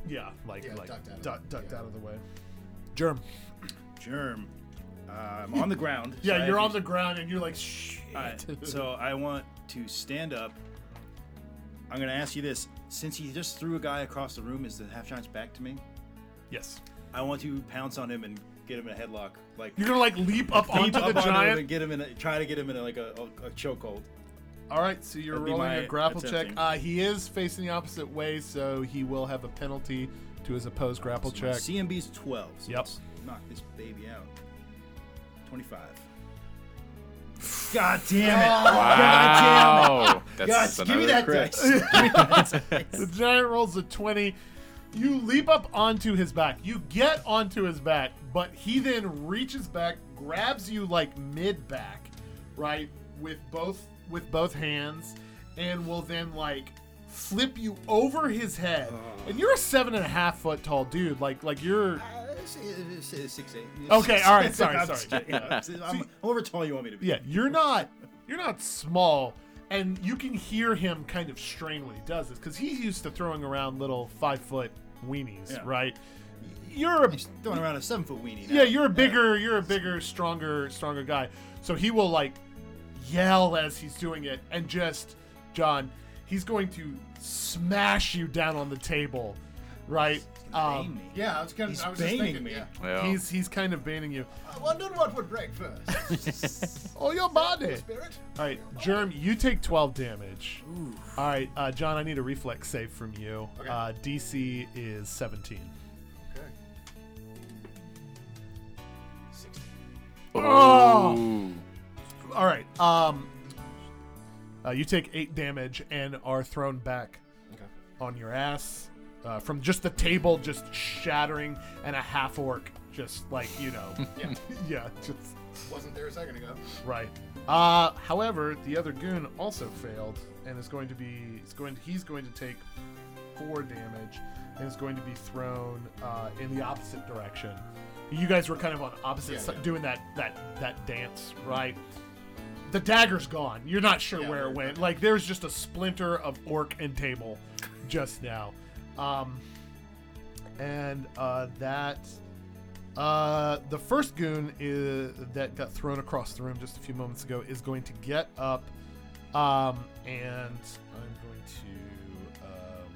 yeah, like
Yeah,
like
ducked out of
duck-
it,
ducked
yeah.
out of the way. Germ.
Germ. Uh, I'm on the ground. so
Yeah,
I
you're
have
on the ground and you're like shit.
All right, so I want to stand up. I'm going to ask you this. Since he just threw a guy across the room, is the half giant's back to me?
yes,
I want to pounce on him and get him in a headlock. Like,
you're gonna like leap up
leap
onto
up
the
on him
giant.
and get him in a, try to get him in a, like a, a, a chokehold.
All right, so you're
That'd be
rolling
my
a grapple check.
attempting.
Uh, he is facing the opposite way, so he will have a penalty to his opposed grapple
So my
check.
CMB's 12. So
Yep.
let's knock this baby out. 25. God damn it.
Wow. That's
God, give me
another
that
crit.
dice. Give me that dice.
The giant rolls a 20. You leap up onto his back. You get onto his back, but he then reaches back, grabs you like mid back, right, with both with both hands, and will then like flip you over his head. And you're a seven and a half foot tall dude. Like like you're
Uh, it's- it's- it's six, eight.
Okay, all right, sorry,
I'm
sorry.
just kidding. I'm- I'm however tall you want me to be.
yeah, you're not you're not small. And you can hear him kind of strain when he does this, because he's used to throwing around little five foot weenies,
Yeah.
right? You're a
He's throwing around a seven foot weenie. now.
Yeah, you're a bigger, you're a bigger, stronger, stronger guy. So he will like yell as he's doing it, and just John, he's going to smash you down on the table, right?
Bane
Um,
me.
Yeah, I was kind of.
He's
I was just
baiting
thinking,
me.
Yeah.
Well,
he's he's kind of banning you.
I wondered what would break first.
Oh, your body!
Spirit.
All right, Germ, you take 12 damage. All right, uh, John, I need a reflex save from you.
Okay.
Uh, DC is 17.
Okay. Sixteen.
oh.
All right, um, uh, you take eight damage and are thrown back
Okay.
on your ass uh, from just the table just shattering and a half orc just like you know
Yeah.
yeah just
Wasn't there a second ago.
right uh however the other goon also failed and is going to be it's going he's going to take four damage and is going to be thrown uh, in the opposite direction you guys were kind of on opposite
Yeah,
si-
yeah.
doing that that that dance right the dagger's gone you're not sure
Yeah,
where it
they're-
went like there's just a splinter of orc and table just now um and uh, that uh, the first goon is, that got thrown across the room just a few moments ago is going to get up, um, and I'm going to um,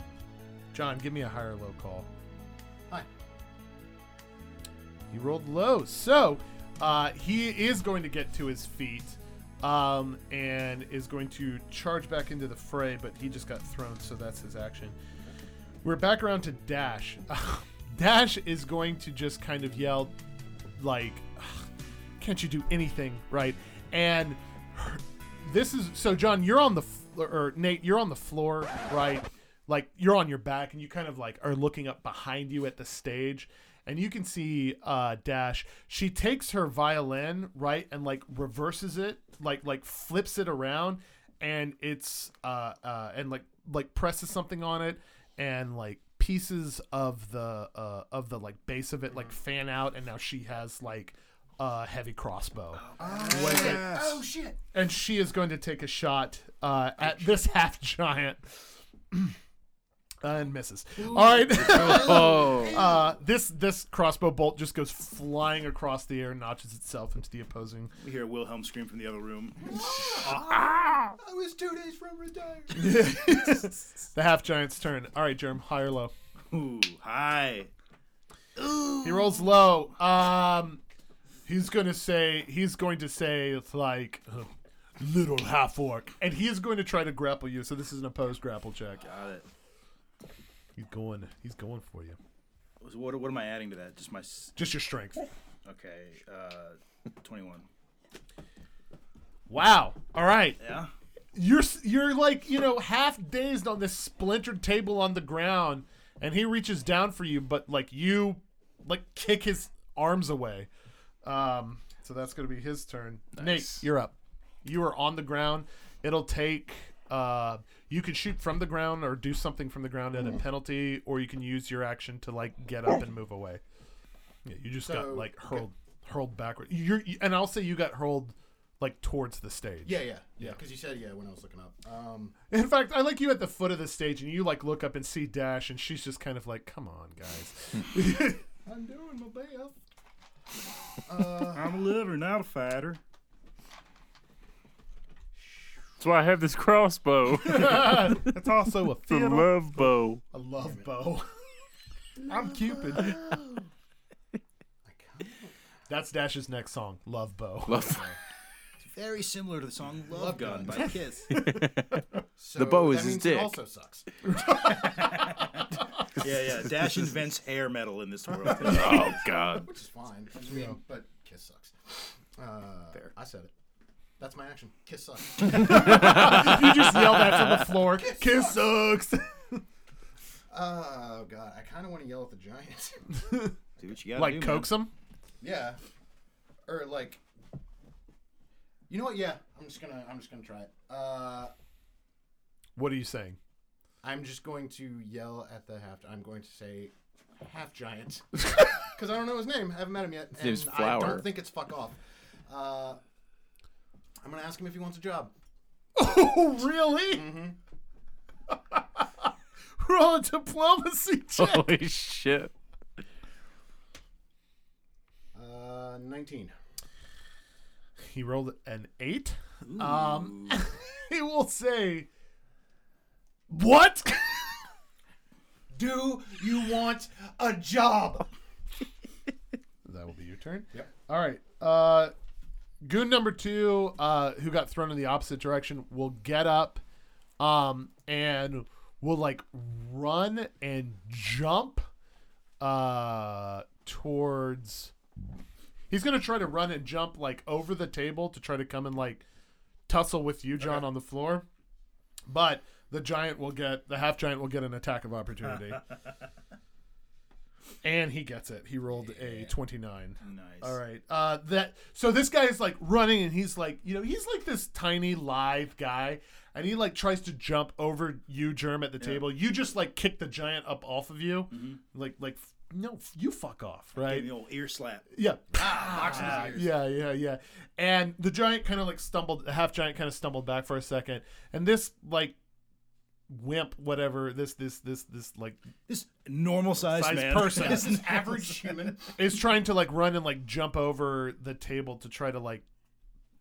John, give me a higher low call.
Hi.
He rolled low, so uh, he is going to get to his feet. Um, and is going to charge back into the fray, but he just got thrown, so that's his action. We're back around to Dash. Dash is going to just kind of yell, like, "Ugh, "Can't you do anything?" Right? And her- this is so, John. You're on the f- or Nate. You're on the floor, right? Like you're on your back, and you kind of like are looking up behind you at the stage, and you can see uh, Dash. She takes her violin right and like reverses it, like like flips it around, and it's uh, uh and like like presses something on it, and like pieces of the uh, of the like base of it like fan out, and now she has like a heavy crossbow with it
Oh shit!
and she is going to take a shot uh, at this half giant and misses. All right,
Oh,
uh, this this crossbow bolt just goes flying across the air, and notches itself into the opposing.
We hear a Wilhelm scream from the other room.
I was two days from retire.
The half giant's turn. All right, Germ, high or low?
Ooh, hi.
He rolls low. Um, he's gonna say he's going to say it's like uh, little half orc, and he is going to try to grapple you. So this is an opposed grapple check.
Got it.
He's going. He's going for you.
So What, what am I adding to that? Just my. s-
Just your strength.
Okay, uh, 21.
Wow. All right.
Yeah?
you're you're like you know half dazed on this splintered table on the ground and he reaches down for you but like you like kick his arms away um so that's gonna be his turn nate you're up you are on the ground it'll take uh you can shoot from the ground or do something from the ground
Mm-hmm.
at a penalty or you can use your action to like get up and move away yeah you just got
So-
like hurled hurled backward you're and i'll say you got hurled like towards the stage
Yeah, yeah, yeah. Because you said yeah when I was looking up. Um,
in fact, I like you at the foot of the stage, and you like look up and see Dash, and she's just kind of like, "Come on, guys."
I'm doing my best.
I'm a liver, not a fighter.
That's why I have this crossbow.
That's also a
the
theater.
love bow.
a love bow. I'm Cupid.
I can't.
That's Dash's next song, "Love Bow."
love.
Very similar to the song Love, Gun, by Kiss.
So
The bow is
that
his
means
dick.
It also sucks.
yeah, yeah. Dash invents hair metal in this world.
Oh God.
Which is fine. I mean, but kiss sucks. Uh, I said it. That's my action. Kiss sucks.
you just yell that from the floor. Kiss sucks.
oh god, I kind of want to yell at the giant.
Do what you gotta
like coax him.
yeah, or like, you know what? Yeah, I'm just gonna I'm just gonna try it. Uh,
What are you saying?
I'm just going to yell at the half. I'm going to say half giant because I don't know his name. I haven't met him yet. His
name's
I
Flower.
don't think it's fuck off. Uh, I'm gonna ask him if he wants a job.
Oh, really?
Mm-hmm.
Roll a diplomacy check.
Holy shit.
Uh, 19.
He rolled an eight. Um, he will say, "What?"
Do you want a job?
That will be your turn.
Yep.
All right. Uh, goon number two, uh, who got thrown in the opposite direction, will get up, um, and will like run and jump, uh, towards. He's gonna try to run and jump like over the table to try to come and like tussle with you, John, on the floor. But the giant will get the half giant will get an attack of opportunity. and he gets it. He rolled a twenty nine.
nice.
All right. Uh, that so this guy is like running and he's like you know he's like this tiny live guy and he like tries to jump over you germ at the table. You just like kick the giant up off of you, like like f- no f- you fuck off
Give
right.
me the old ear slap.
Yeah.
Boxing his ears.
Yeah, yeah, yeah. And the giant kind of like stumbled, the half giant kind of stumbled back for a second. And this like wimp, whatever, this this this this like
This normal sized
Sized
man.
person.
This is average human.
is trying to like run and like jump over the table to try to like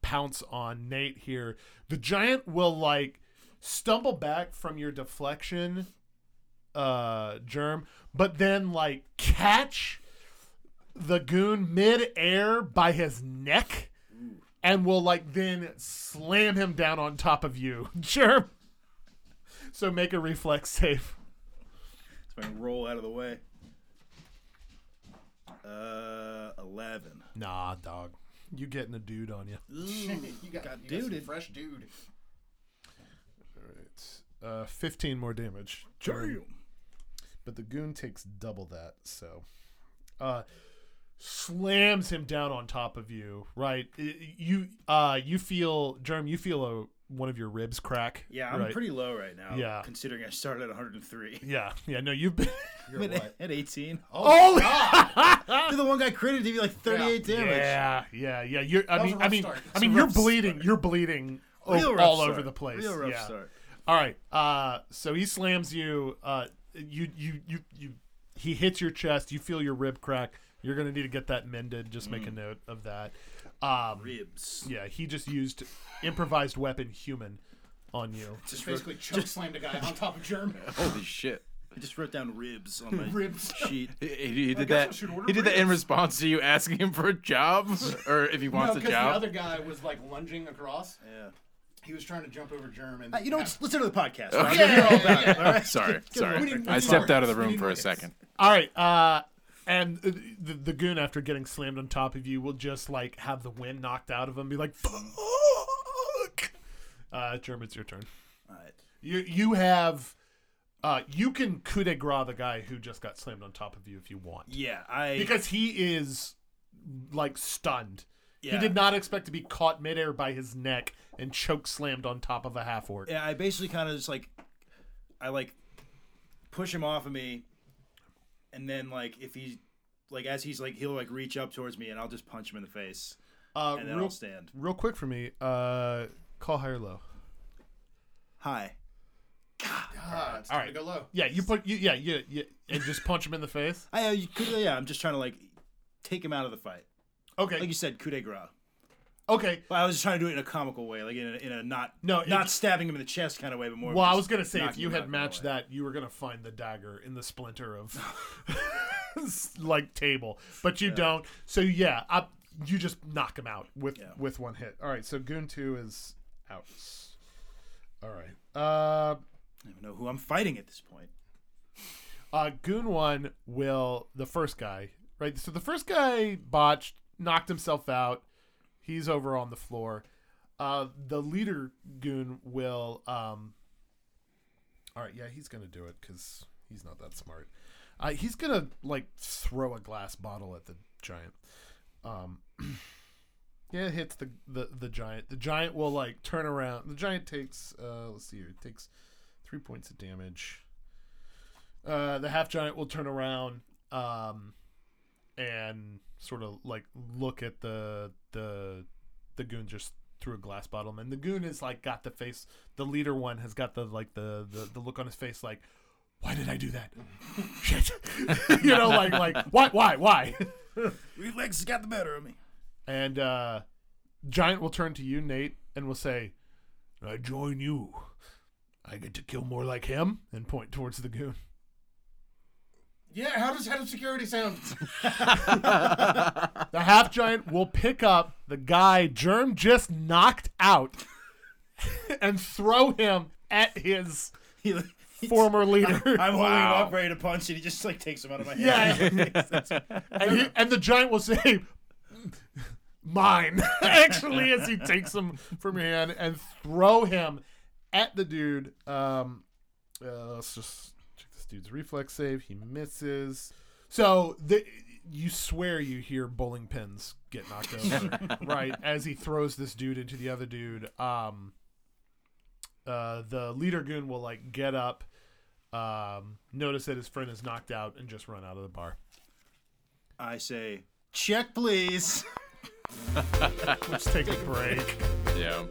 pounce on Nate here. The giant will like stumble back from your deflection uh germ, but then like catch the goon mid-air by his neck and will like then slam him down on top of you. Germ. So make a reflex save.
So I can roll out of the way. Uh, 11.
Nah, dog. You getting a dude on you.
you got, you got some fresh dude.
Uh, 15 more damage.
Damn.
but the goon takes double that. So, uh, slams him down on top of you. Right, I- you uh, you feel Germ, you feel a, one of your ribs crack.
Yeah, I'm
right?
pretty low right now.
Yeah.
Considering I started at 103.
Yeah, yeah. No, you've been.
I'm at- at 18.
Oh,
You're the one guy critted to be like 38 damage.
yeah, yeah, yeah. You're. I
was
mean,
a
I
rough
mean,
start.
I
It's
mean,
a
you're
rough
bleeding. You're bleeding. o-
Real rough
all
start.
over the place.
Real rough
yeah.
start.
All right. Uh, so he slams you. Uh, you, you, you, you. He hits your chest. You feel your rib crack. You're gonna need to get that mended. Just
Mm.
make a note of that. Um,
Ribs.
yeah, he just used improvised weapon human on you.
Just basically choke slammed a guy on top of Germ.
Holy shit.
I just wrote down ribs on my
Ribs.
sheet.
He, he- he did
guess I
that.
should order
He did that in
ribs.
response to you asking him for a job, or if he
No,
wants
because
a
the
job.
other guy was like lunging across.
Yeah.
He was trying to jump over Germ, and
Uh, you know,
Yeah.
let's listen to the podcast.
Okay.
I'll give you
Yeah,
all
yeah,
about
yeah,
it, all right?
Sorry,
we
sorry.
didn't- we
I
didn't
stepped
order
out of the
this. We
room
didn't
for a
order this.
second.
All right. Uh, and the, the goon, after getting slammed on top of you, will just like have the wind knocked out of him. Be like, "Fuck!" Uh, Germ, it's your turn.
All right.
You you have, uh, you can coup de grace the guy who just got slammed on top of you if you want,
Yeah, I.
because he is like stunned. He
Yeah.
did not expect to be caught midair by his neck and choke slammed on top of a half orc.
Yeah, I basically kind of just like, I like, push him off of me, and then like if he's like as he's like he'll like reach up towards me and I'll just punch him in the face
Uh,
and then
real,
I'll stand.
real quick for me, uh, call high or low.
Hi.
ah, it's
All right.
time to go low.
Yeah, you put you, yeah you, you and just punch him in the face.
I uh, you could, yeah. I'm just trying to like take him out of the fight.
Okay.
Like you said, coup de grace.
okay.
Well, I was just trying to do it in a comical way, like in a, in a not
No,
not
it-
stabbing him in the chest kind of way, but more. of
Well, I
just
was gonna say if
knocking
you
him out
had
of the
matched
way.
that, you were gonna find the dagger in the splinter of like table, but you don't. So yeah, I, you just knock him out with
Yeah.
with one hit. All right. So goon two is out. All right. Uh,
I don't know who I'm fighting at this point.
uh, goon one will the first guy right. So the first guy botched, knocked himself out. He's over on the floor. Uh, the leader goon will. Um, all right, yeah, he's gonna do it because he's not that smart. Uh, he's gonna like throw a glass bottle at the giant. Um, yeah, it hits the, the the giant. The giant will like turn around. The giant takes. Uh, let's see here. It takes three points of damage. Uh, the half giant will turn around. Um, and sort of like look at the the the goon just through a glass bottle and the goon is like got the face the leader one has got the like the the, the look on his face like why did i do that shit you know like like why why why
Reflexes got the better of me.
and uh giant will turn to you nate and will say i join you i get to kill more like him and point towards the goon
Yeah, how does head of security sound?
The half giant will pick up the guy Germ just knocked out and throw him at his
He, like, he's-
former leader.
I'm holding him
Wow.
up, ready to punch, and he just like takes him out of my hand.
yeah. and, he- and the giant will say, Mine, actually, as he takes him from your hand and throw him at the dude. Um, uh, let's just check this dude's reflex save. He misses. So the, you swear you hear bowling pins get knocked over, right? As he throws this dude into the other dude. Um, uh, the leader goon will like get up, um, notice that his friend is knocked out, and just run out of the bar.
I say, check, please.
Let's take a break.
Yeah.